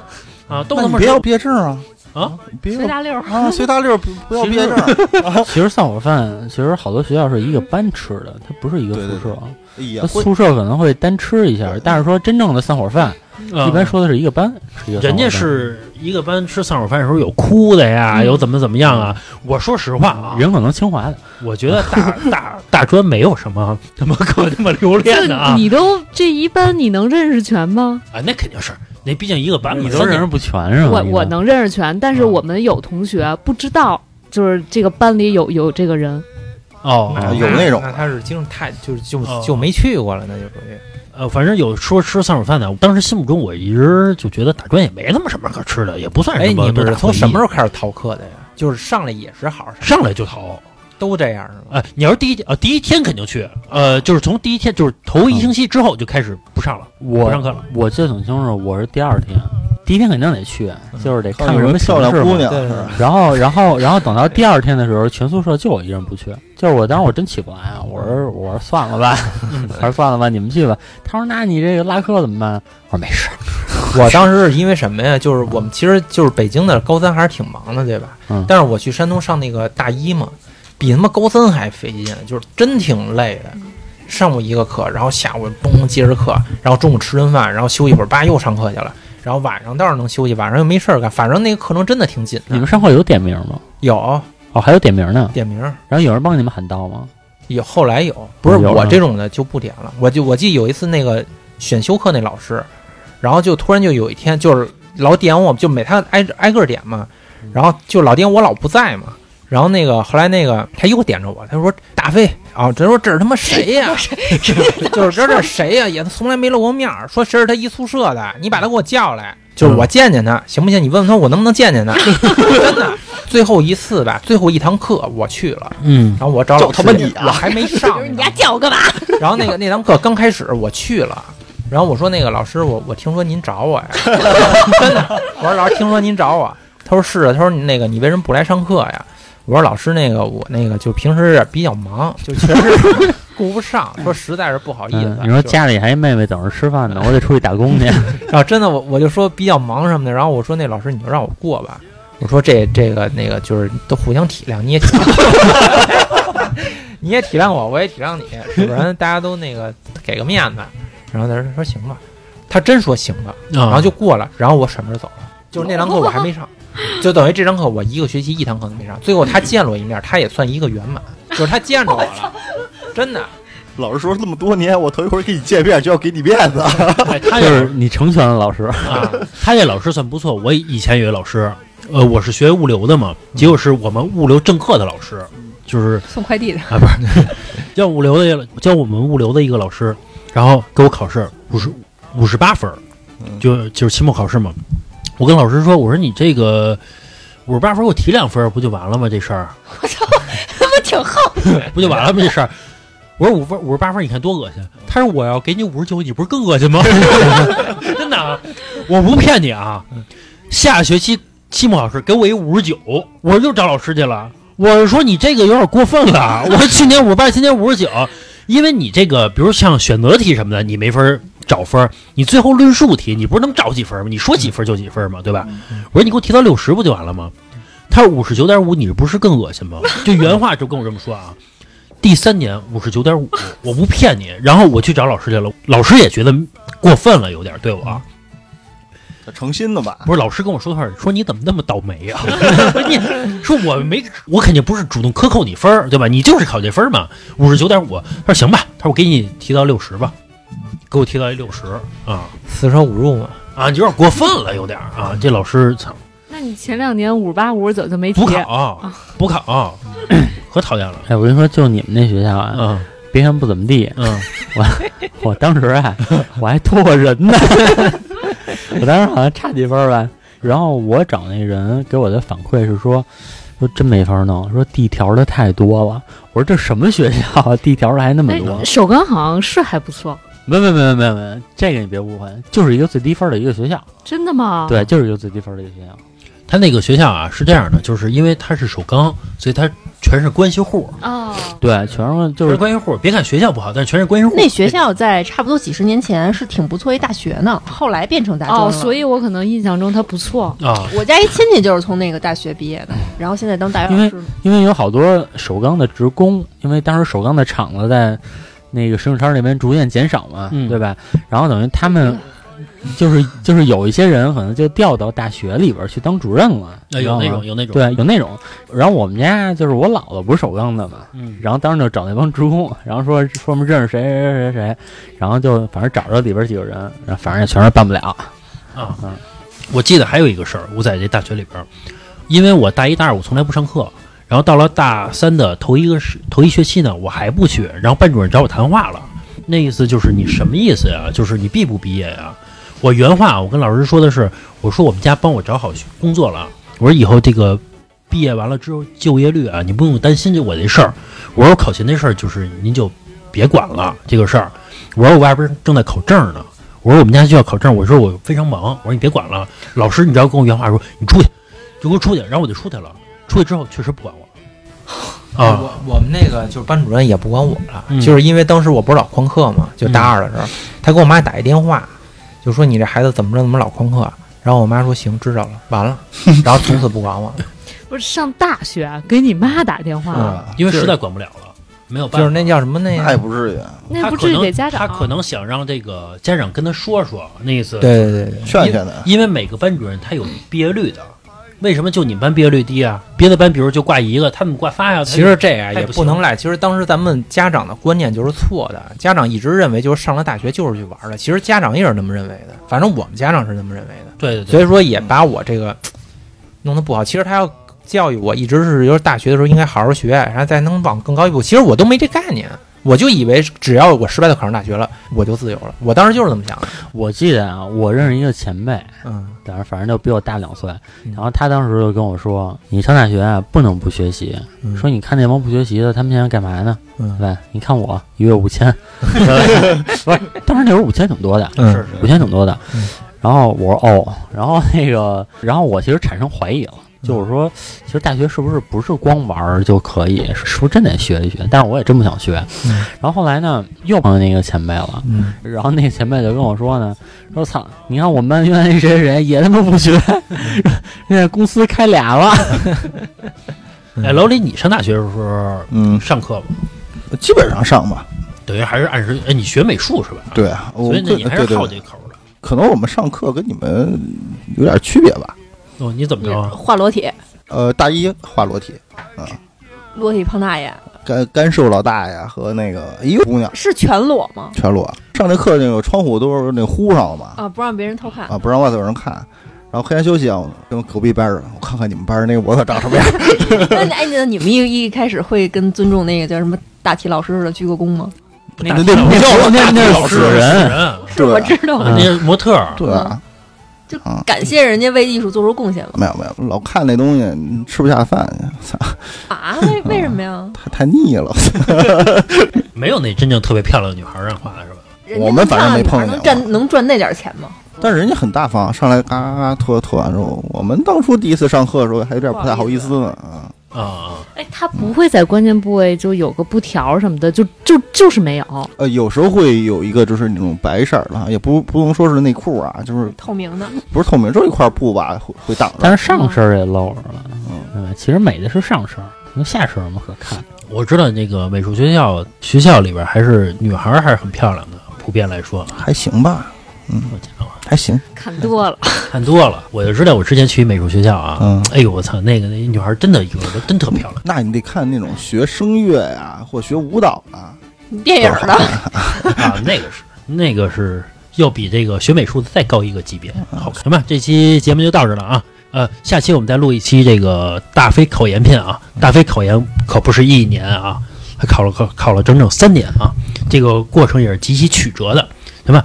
B: 啊，都
C: 那
B: 他
C: 你
B: 妈
C: 别
B: 吃
C: 要毕业证啊！
B: 啊，
C: 别
D: 随
C: 要
D: 大溜儿。
C: 啊，随大溜儿，不不要毕业证儿。
G: *laughs* 其实散伙饭，其实好多学校是一个班吃的，它不是一个
C: 对对
G: 宿舍。
C: *laughs* 哎呀
G: 它，宿舍可能会单吃一下
C: 对，
G: 但是说真正的散伙饭，
B: 啊
G: 一般说的是一个班，是一个散
B: 人
G: 伙饭
B: 家是一个班吃散伙饭的时候有哭的呀，有怎么怎么样啊。我说实话啊，
G: 人可能清华的，
B: 我觉得大大大专没有什么他妈可他妈留恋的啊
E: *laughs* 你都这一般，你能认识全吗？
B: 啊，那肯定是那毕竟一个班嘛，
G: 你都认识
B: 识
G: 不全是吧？
E: 我
G: 一般
E: 我能认识全，但
G: 啊
E: 是
B: 嗯
E: 我们有同学不知道，就是这个班里有有这个人，
B: 哦
F: 嗯
C: 啊有那种
F: 那他是经历太就是就
B: 哦
F: 就没去过了，那就属于
B: 呃，反正有说吃散伙饭的，我当时心目中我一直就觉得大专也没他妈什么可吃的，也不算
F: 哎，
B: 什
F: 你
B: 么
F: 们
B: 多大回忆。
F: 是从什么时候开始逃课的呀？就是上来也是好上
B: 上来就逃？
F: 都这样是吗？
B: 呃，你要是第一天呃第一天肯定去，呃，就是从第一天就是头一星期之后就开始不上了，不上
G: 我
B: 课了。
G: 我记得挺清楚，我是第二天，第一天肯定得去，就是得看
C: 有
G: 看
C: 没
G: 什
C: 有漂
G: 么
C: 亮
G: 形式嘛
C: 姑娘？
F: 对
C: 是吧
G: 然后，然后，然后等到第二天的时候，全宿舍就我一人不去，就是我当时我真起不来啊，我说我说算了吧， *laughs* 还是算了吧，你们去吧。他说那你这个拉客怎么办？我说没事，
F: *laughs* 我当时是因为什么呀？就是我们其实就是北京的高三还是挺忙的，对吧？
G: 嗯
F: 但是我去山东上那个大一嘛，比他妈高三还费劲，就是真挺累的。上午一个课，然后下午嘣接着课，然后中午吃顿饭，然后休息一会儿，叭又上课去了。然后晚上倒是能休息，晚上又没事儿干，反正那个课程真的挺紧
G: 你
F: 的。
G: 们上课有点名吗？
F: 有
G: 哦，还有点名呢。
F: 点名儿，
G: 然后有人帮你们喊到吗？
F: 有后来有，不是
G: 有啊
F: 我这种的就不点了。我就我记得有一次那个选修课那老师，然后就突然就有一天就是老点我，就每他挨着挨个儿点嘛，
G: 嗯
F: 然后就老点我老不在嘛。然后那个后来那个他又点着我，他说大飞啊，他说这是他妈谁呀、 *laughs* 就是这这是谁呀、也从来没露过面儿，说谁是他一宿舍的，你把他给我叫来，
G: 嗯
F: 就是我见见他行不行？你问问他我能不能见见他， *laughs* 真的。最后一次吧，最后一堂课我去了，
B: 嗯
F: 然后我找
C: 就
F: 老师
C: 他妈你啊
F: 我还没上
D: *laughs* 就是
F: 呢
D: 你啊家叫我干嘛？
F: 然后那个那堂课刚开始我去了，然后我说那个老师，我我听说您找
C: *laughs*
F: 我呀，真的，我说老师听说您找我，他说是啊，他说那个你为什么不来上课呀？我说老师那个我那个就平时比较忙，就确实 *laughs* 顾不上，说实在是不好意思
G: 嗯
F: 啊。，
G: 你说
F: 就
G: 家里还一妹妹等着吃饭呢，我得出去打工去。
F: *laughs* 然啊后真的我我就说比较忙什么的，然后我说那老师你就让我过吧，我说这这个那个就是都互相体谅，你也体谅。 *laughs* 你也体谅我，我也体谅你，是不是？大家都那个给个面子。然后他说说行吧，他真说行吧，
B: 然
F: 然后就过了，然后我甩门走了。就是那堂课我还没上，就等于这堂课我一个学期一堂课都没上。最后他见了我一面，他也算一个圆满，就是他见着我了，真的。
C: 老师说这么多年，我头一回跟你见面就要给你面 *laughs* 子，
B: 哎他
G: 就
B: 也
G: 是你成全了老师，
B: 啊，他这老师算不错。我以前有一老师，呃，我是学物流的嘛，结果是我们物流政课的老师，就是
D: 送快递的，
B: 啊，不是教物流的教我们物流的一个老师，然后给我考试五十五十八分儿，就就是期末考试嘛。我跟老师说，我说你这个五十八分儿给我提两分儿不就完了吗？这事儿
D: 他不挺横？
B: 不就完了吗？这事儿。我说五分五十八分儿，你看多恶心！他说我要给你五十九，你不是更恶心吗？ *laughs* 真的啊，我不骗你啊。下学期期末考试给我一五十九，我又找老师去了。我是说你这个有点过分了。啊我说去年五十八，今年五十九，因为你这个，比如像选择题什么的，你没法儿找分儿，你最后论述题，你不是能找几分儿吗？你说几分儿就几分儿嘛，对吧？我说你给我提到六十不就完了吗？他说五十九点五，你不是更恶心吗？就原话就跟我这么说啊。第三年五十九点五，我不骗你。然后我去找老师去了，老师也觉得过分了，有点对我。啊
C: 诚心的吧？
B: 不是老师跟我说的话，说你怎么那么倒霉啊？ *laughs* 不是你说我没，我肯定不是主动克扣你分儿，对吧？你就是考这分儿嘛，五十九点五。他说行吧，他说我给你提到六十吧，给我提到一六十啊
F: 四舍五入嘛，
B: 啊，有点过分了，有点儿啊。这老师操，
E: 那你前两年五十八、五十九就没提
B: 补，
G: 啊
B: 考补考，啊可讨厌了。
G: 哎，我跟你说，就是你们那学校啊，
B: 嗯
G: 别看不怎么地，
B: 嗯，
G: 我当时啊，我还拖过人呢， *laughs* 我当时好像差几分儿吧。然后我找那人给我的反馈是说，说真没法弄，说地条的太多了。我说这什么学校啊， *laughs* 地条的还那么
E: 哎
G: 多？，
E: 首钢好像是还不错，
G: 没没没没没没，这个你别误会，就是一个最低分儿的一个学校。
E: 真的吗？，
G: 对，就是一个最低分儿的一个学校。
B: 他那个学校啊是这样的，就是因为他是首钢，所以他全是关系户，
E: 哦，
G: 对，全是就
B: 全是
G: 是
B: 关系户。别看学校不好，但是全是关系户。
D: 那学校在差不多几十年前是挺不错一大学呢，后来变成大专了。
E: 哦，所以我可能印象中它不错。
B: 啊，
D: 我家一亲戚就是从那个大学毕业的，然后现在当大学
G: 因
D: 老
G: 为
D: 师。
G: 因为有好多首钢的职工，因为当时首钢的厂子在那个石景山那边逐渐减少嘛，
B: 嗯
G: 对吧？然后等于他们就是就是有一些人可能就调到大学里边去当主任了，
B: 那
G: 你知道
B: 啊有
G: 吗
B: 那种有那种，
G: 对有那种。然后我们家就是我姥姥不是首钢的嘛，
B: 嗯
G: 然后当时就找那帮职工，然后说说我们认识谁谁谁谁，然后就反正找着里边几个人，然后反正也全是办不了。
B: 啊
G: 嗯，
B: 我记得还有一个事儿，我在这大学里边儿，因为我大一、大二我从来不上课，然后到了大三的头一个是头一学期呢，我还不去，然后班主任找我谈话了，那意思就是你什么意思呀？就是你毕不毕业呀？我原话啊我跟老师说的是，我说我们家帮我找好工作了，啊我说以后这个毕业完了之后就业率啊，你不用担心这我这事儿，我说我考勤这事儿就是您就别管了这个事儿，我说我外边正在考证呢。我说我们家就要考证，我说我非常忙，我说你别管了，老师，你知道跟我原话说你出去，就给我出去，然后我就出去了。出去之后确实不管
F: *laughs*
B: 我了，啊，
F: 哎我我们那个就是班主任也不管我了，
B: 嗯
F: 就是因为当时我不是老旷课嘛，就大二的时候，他给我妈打一电话，就说你这孩子怎么着怎么老旷课，然后我妈说行知道了，完了，然后从此不管我了，
E: 不是上大学啊给你妈打电话，
G: 啊
F: 嗯
B: 因为实在管不了了，没有办法。
F: 就是那叫什么
C: 啊
F: 那
C: 那
F: 个
C: 也，不至于，啊
E: 那
B: 他
E: 不
B: 可
E: 至于
B: 能
E: 给家长。啊
B: 他可能想让这个家长跟他说说那意思，，
F: 对对对对，
C: 劝劝他。
B: 因为每个班主任他有毕业率的，为什么就你们班毕业率低啊？别的班比如就挂一个，他们挂仨呀。
F: 其实这样
B: 他
F: 也
B: 哎也不行
F: 不能赖，其实当时咱们家长的观念就是错的，家长一直认为就是上了大学就是去玩儿的，其实家长也是那么认为的，反正我们家长是那么认为的，
B: 对对对，
F: 所以说也把我这个弄得不好。其实他要教育我，一直是就是大学的时候应该好好学，然后再能往更高一步。其实我都没这概念，我就以为只要我失败的考上大学了，我就自由了。我当时就是这么想的。
G: 我记得啊，我认识一个前辈，
F: 嗯，
G: 但是反正就比我大两岁，
F: 嗯
G: 然后他当时就跟我说：“你上大学啊，不能不学习。
F: 嗯
G: 说你看那帮不学习的，他们现在干嘛呢？
F: 嗯
G: 对吧，你看我一月五千， *laughs* 不是，当时那会儿五千挺多的，
F: 嗯
B: 是是
G: 五千挺多的
F: 嗯。
G: 然后我说哦，然后那个，然后我其实产生怀疑了，
F: 嗯
G: 就我说，其实大学是不是不是光玩儿就可以，是不是真得学一学？但是我也真不想学。
F: 嗯
G: 然后后来呢，又碰到那个前辈了，
F: 嗯，
G: 然后那个前辈就跟我说呢，说操，你看我们班原来那谁谁谁也他妈不学，嗯 *laughs* 现在公司开俩了。
B: 哎，老李，你上大学的时候
C: 嗯，
B: 上课吗？
C: 基本上上吧。
B: 等于还是按时。哎，你学美术是吧？，
C: 对啊，我
B: 所以那
C: 个
B: 你还是
C: 对
B: 好
C: 对，
B: 这口的。
C: 可能我们上课跟你们有点区别吧。
B: 哦，你怎么着啊？
D: 画裸体，
C: 呃，大一画裸体，
D: 裸体胖大爷
C: 干干瘦老大爷和那个一个姑娘
D: 是全裸吗？
C: 全裸。上这课那个窗户都是那糊上了嘛，
D: 啊，不让别人偷看。
C: 啊，不让外头有人看。然后黑天休息啊，我跟隔壁班儿人，我看看你们班儿那模特长什么样。
D: *laughs* 那你哎，那你们一一开始会跟尊重那个叫什么大体老师似的鞠个躬吗？
C: 那那那
G: 那那那死
B: 死
G: 人，
E: *laughs*
B: 人，啊
D: 是我
C: 对
D: 知道，
B: 那些模特儿
C: 对啊，
D: 感谢人家为艺术做出贡献了
C: 没有没有，老看那东西吃不下饭，操，
D: 啊？为为什么呀？
C: 太太腻了。
B: 没有那真正特别漂亮的女孩儿让画的是吧？
D: 人
C: 嗯
D: 家
C: 我们反正没
D: 能上
C: 碰见
D: 哪儿能
C: 过
D: 赚能赚那点钱吗？
C: 但是人家很大方，上来嘎嘎嘎脱脱完之后，我们当初第一次上课的时候还有点不太好意思呢。啊，
B: 啊啊，
E: 哎，他不会在关键部位就有个布条什么的，就就就是没有。
C: 呃，有时候会有一个就是那种白色儿的，也不不能说是内裤啊，就是
D: 透明的，
C: 不是透明，就是一块布吧，会会挡着。
G: 但是上身也露着了。嗯，其实美的是上身，那下身有什么可看？
B: 我知道那个美术学校学校里边儿还是女孩儿还是很漂亮的，普遍来说，啊
C: 还行吧，
B: 我家伙
C: 还行。
E: 看多了， *laughs*
B: 看多了，我就知道我之前去美术学校啊，
C: 嗯
B: 哎呦我操，那个那女孩儿真的有的真特漂亮。
C: 那你得看那种学声乐呀、或学舞蹈啊，
D: 电影儿的，
B: *laughs* 啊，那个是那个是要比这个学美术的再高一个级别，好看吧？这期节目就到这了啊。呃，下期我们再录一期这个大飞考研篇啊。大飞考研可不是一年啊，他考了考考了整整三年啊，这个过程也是极其曲折的，行吧？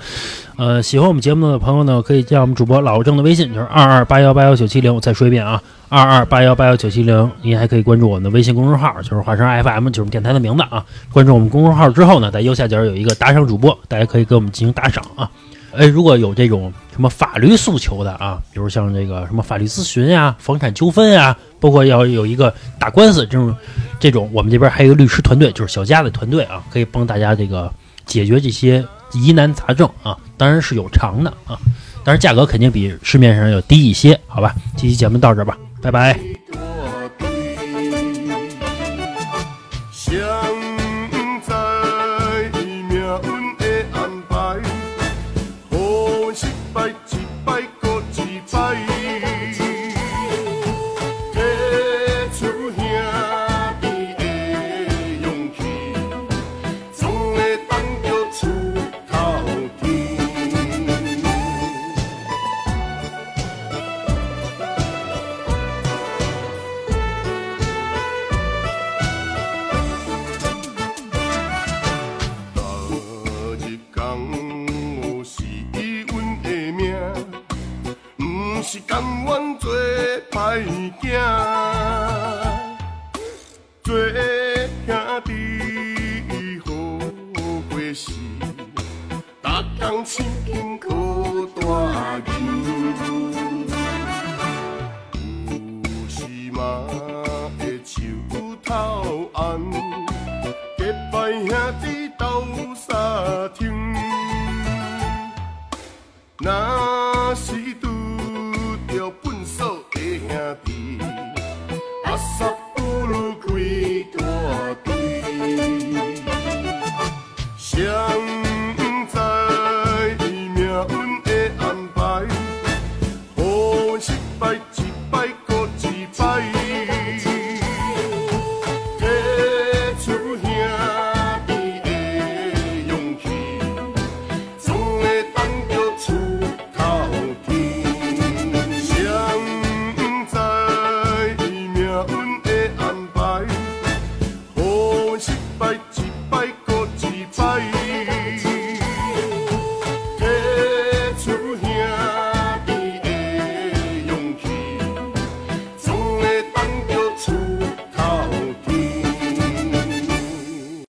B: 呃，喜欢我们节目的朋友呢，可以加我们主播老郑的微信，就是二二八幺八幺九七零。我再说一遍啊，二二八幺八幺九七零。您还可以关注我们的微信公众号，就是华声 FM，就是我们电台的名字啊。关注我们公众号之后呢，在右下角有一个打赏主播，大家可以给我们进行打赏啊。哎，如果有这种什么法律诉求的啊，比如像这个什么法律咨询呀、房产纠纷呀，包括要有一个打官司这种，这种我们这边还有一个律师团队，就是小佳的团队啊，可以帮大家这个解决这些疑难杂症啊，当然是有偿的啊，当然价格肯定比市面上要低一些，好吧？这期节目到这儿吧，拜拜。
A: 我对，谁不知命运的安排，互阮失败一摆搁一摆。提出兄弟的勇气，总会等到出头天。昨日工有是阮的命，不是甘愿做歹囝，做兄弟好过是，逐工亲近靠大球。有时嘛会手头红。结拜兄弟斗相挺。若是拄着粪扫的兄弟，阿萨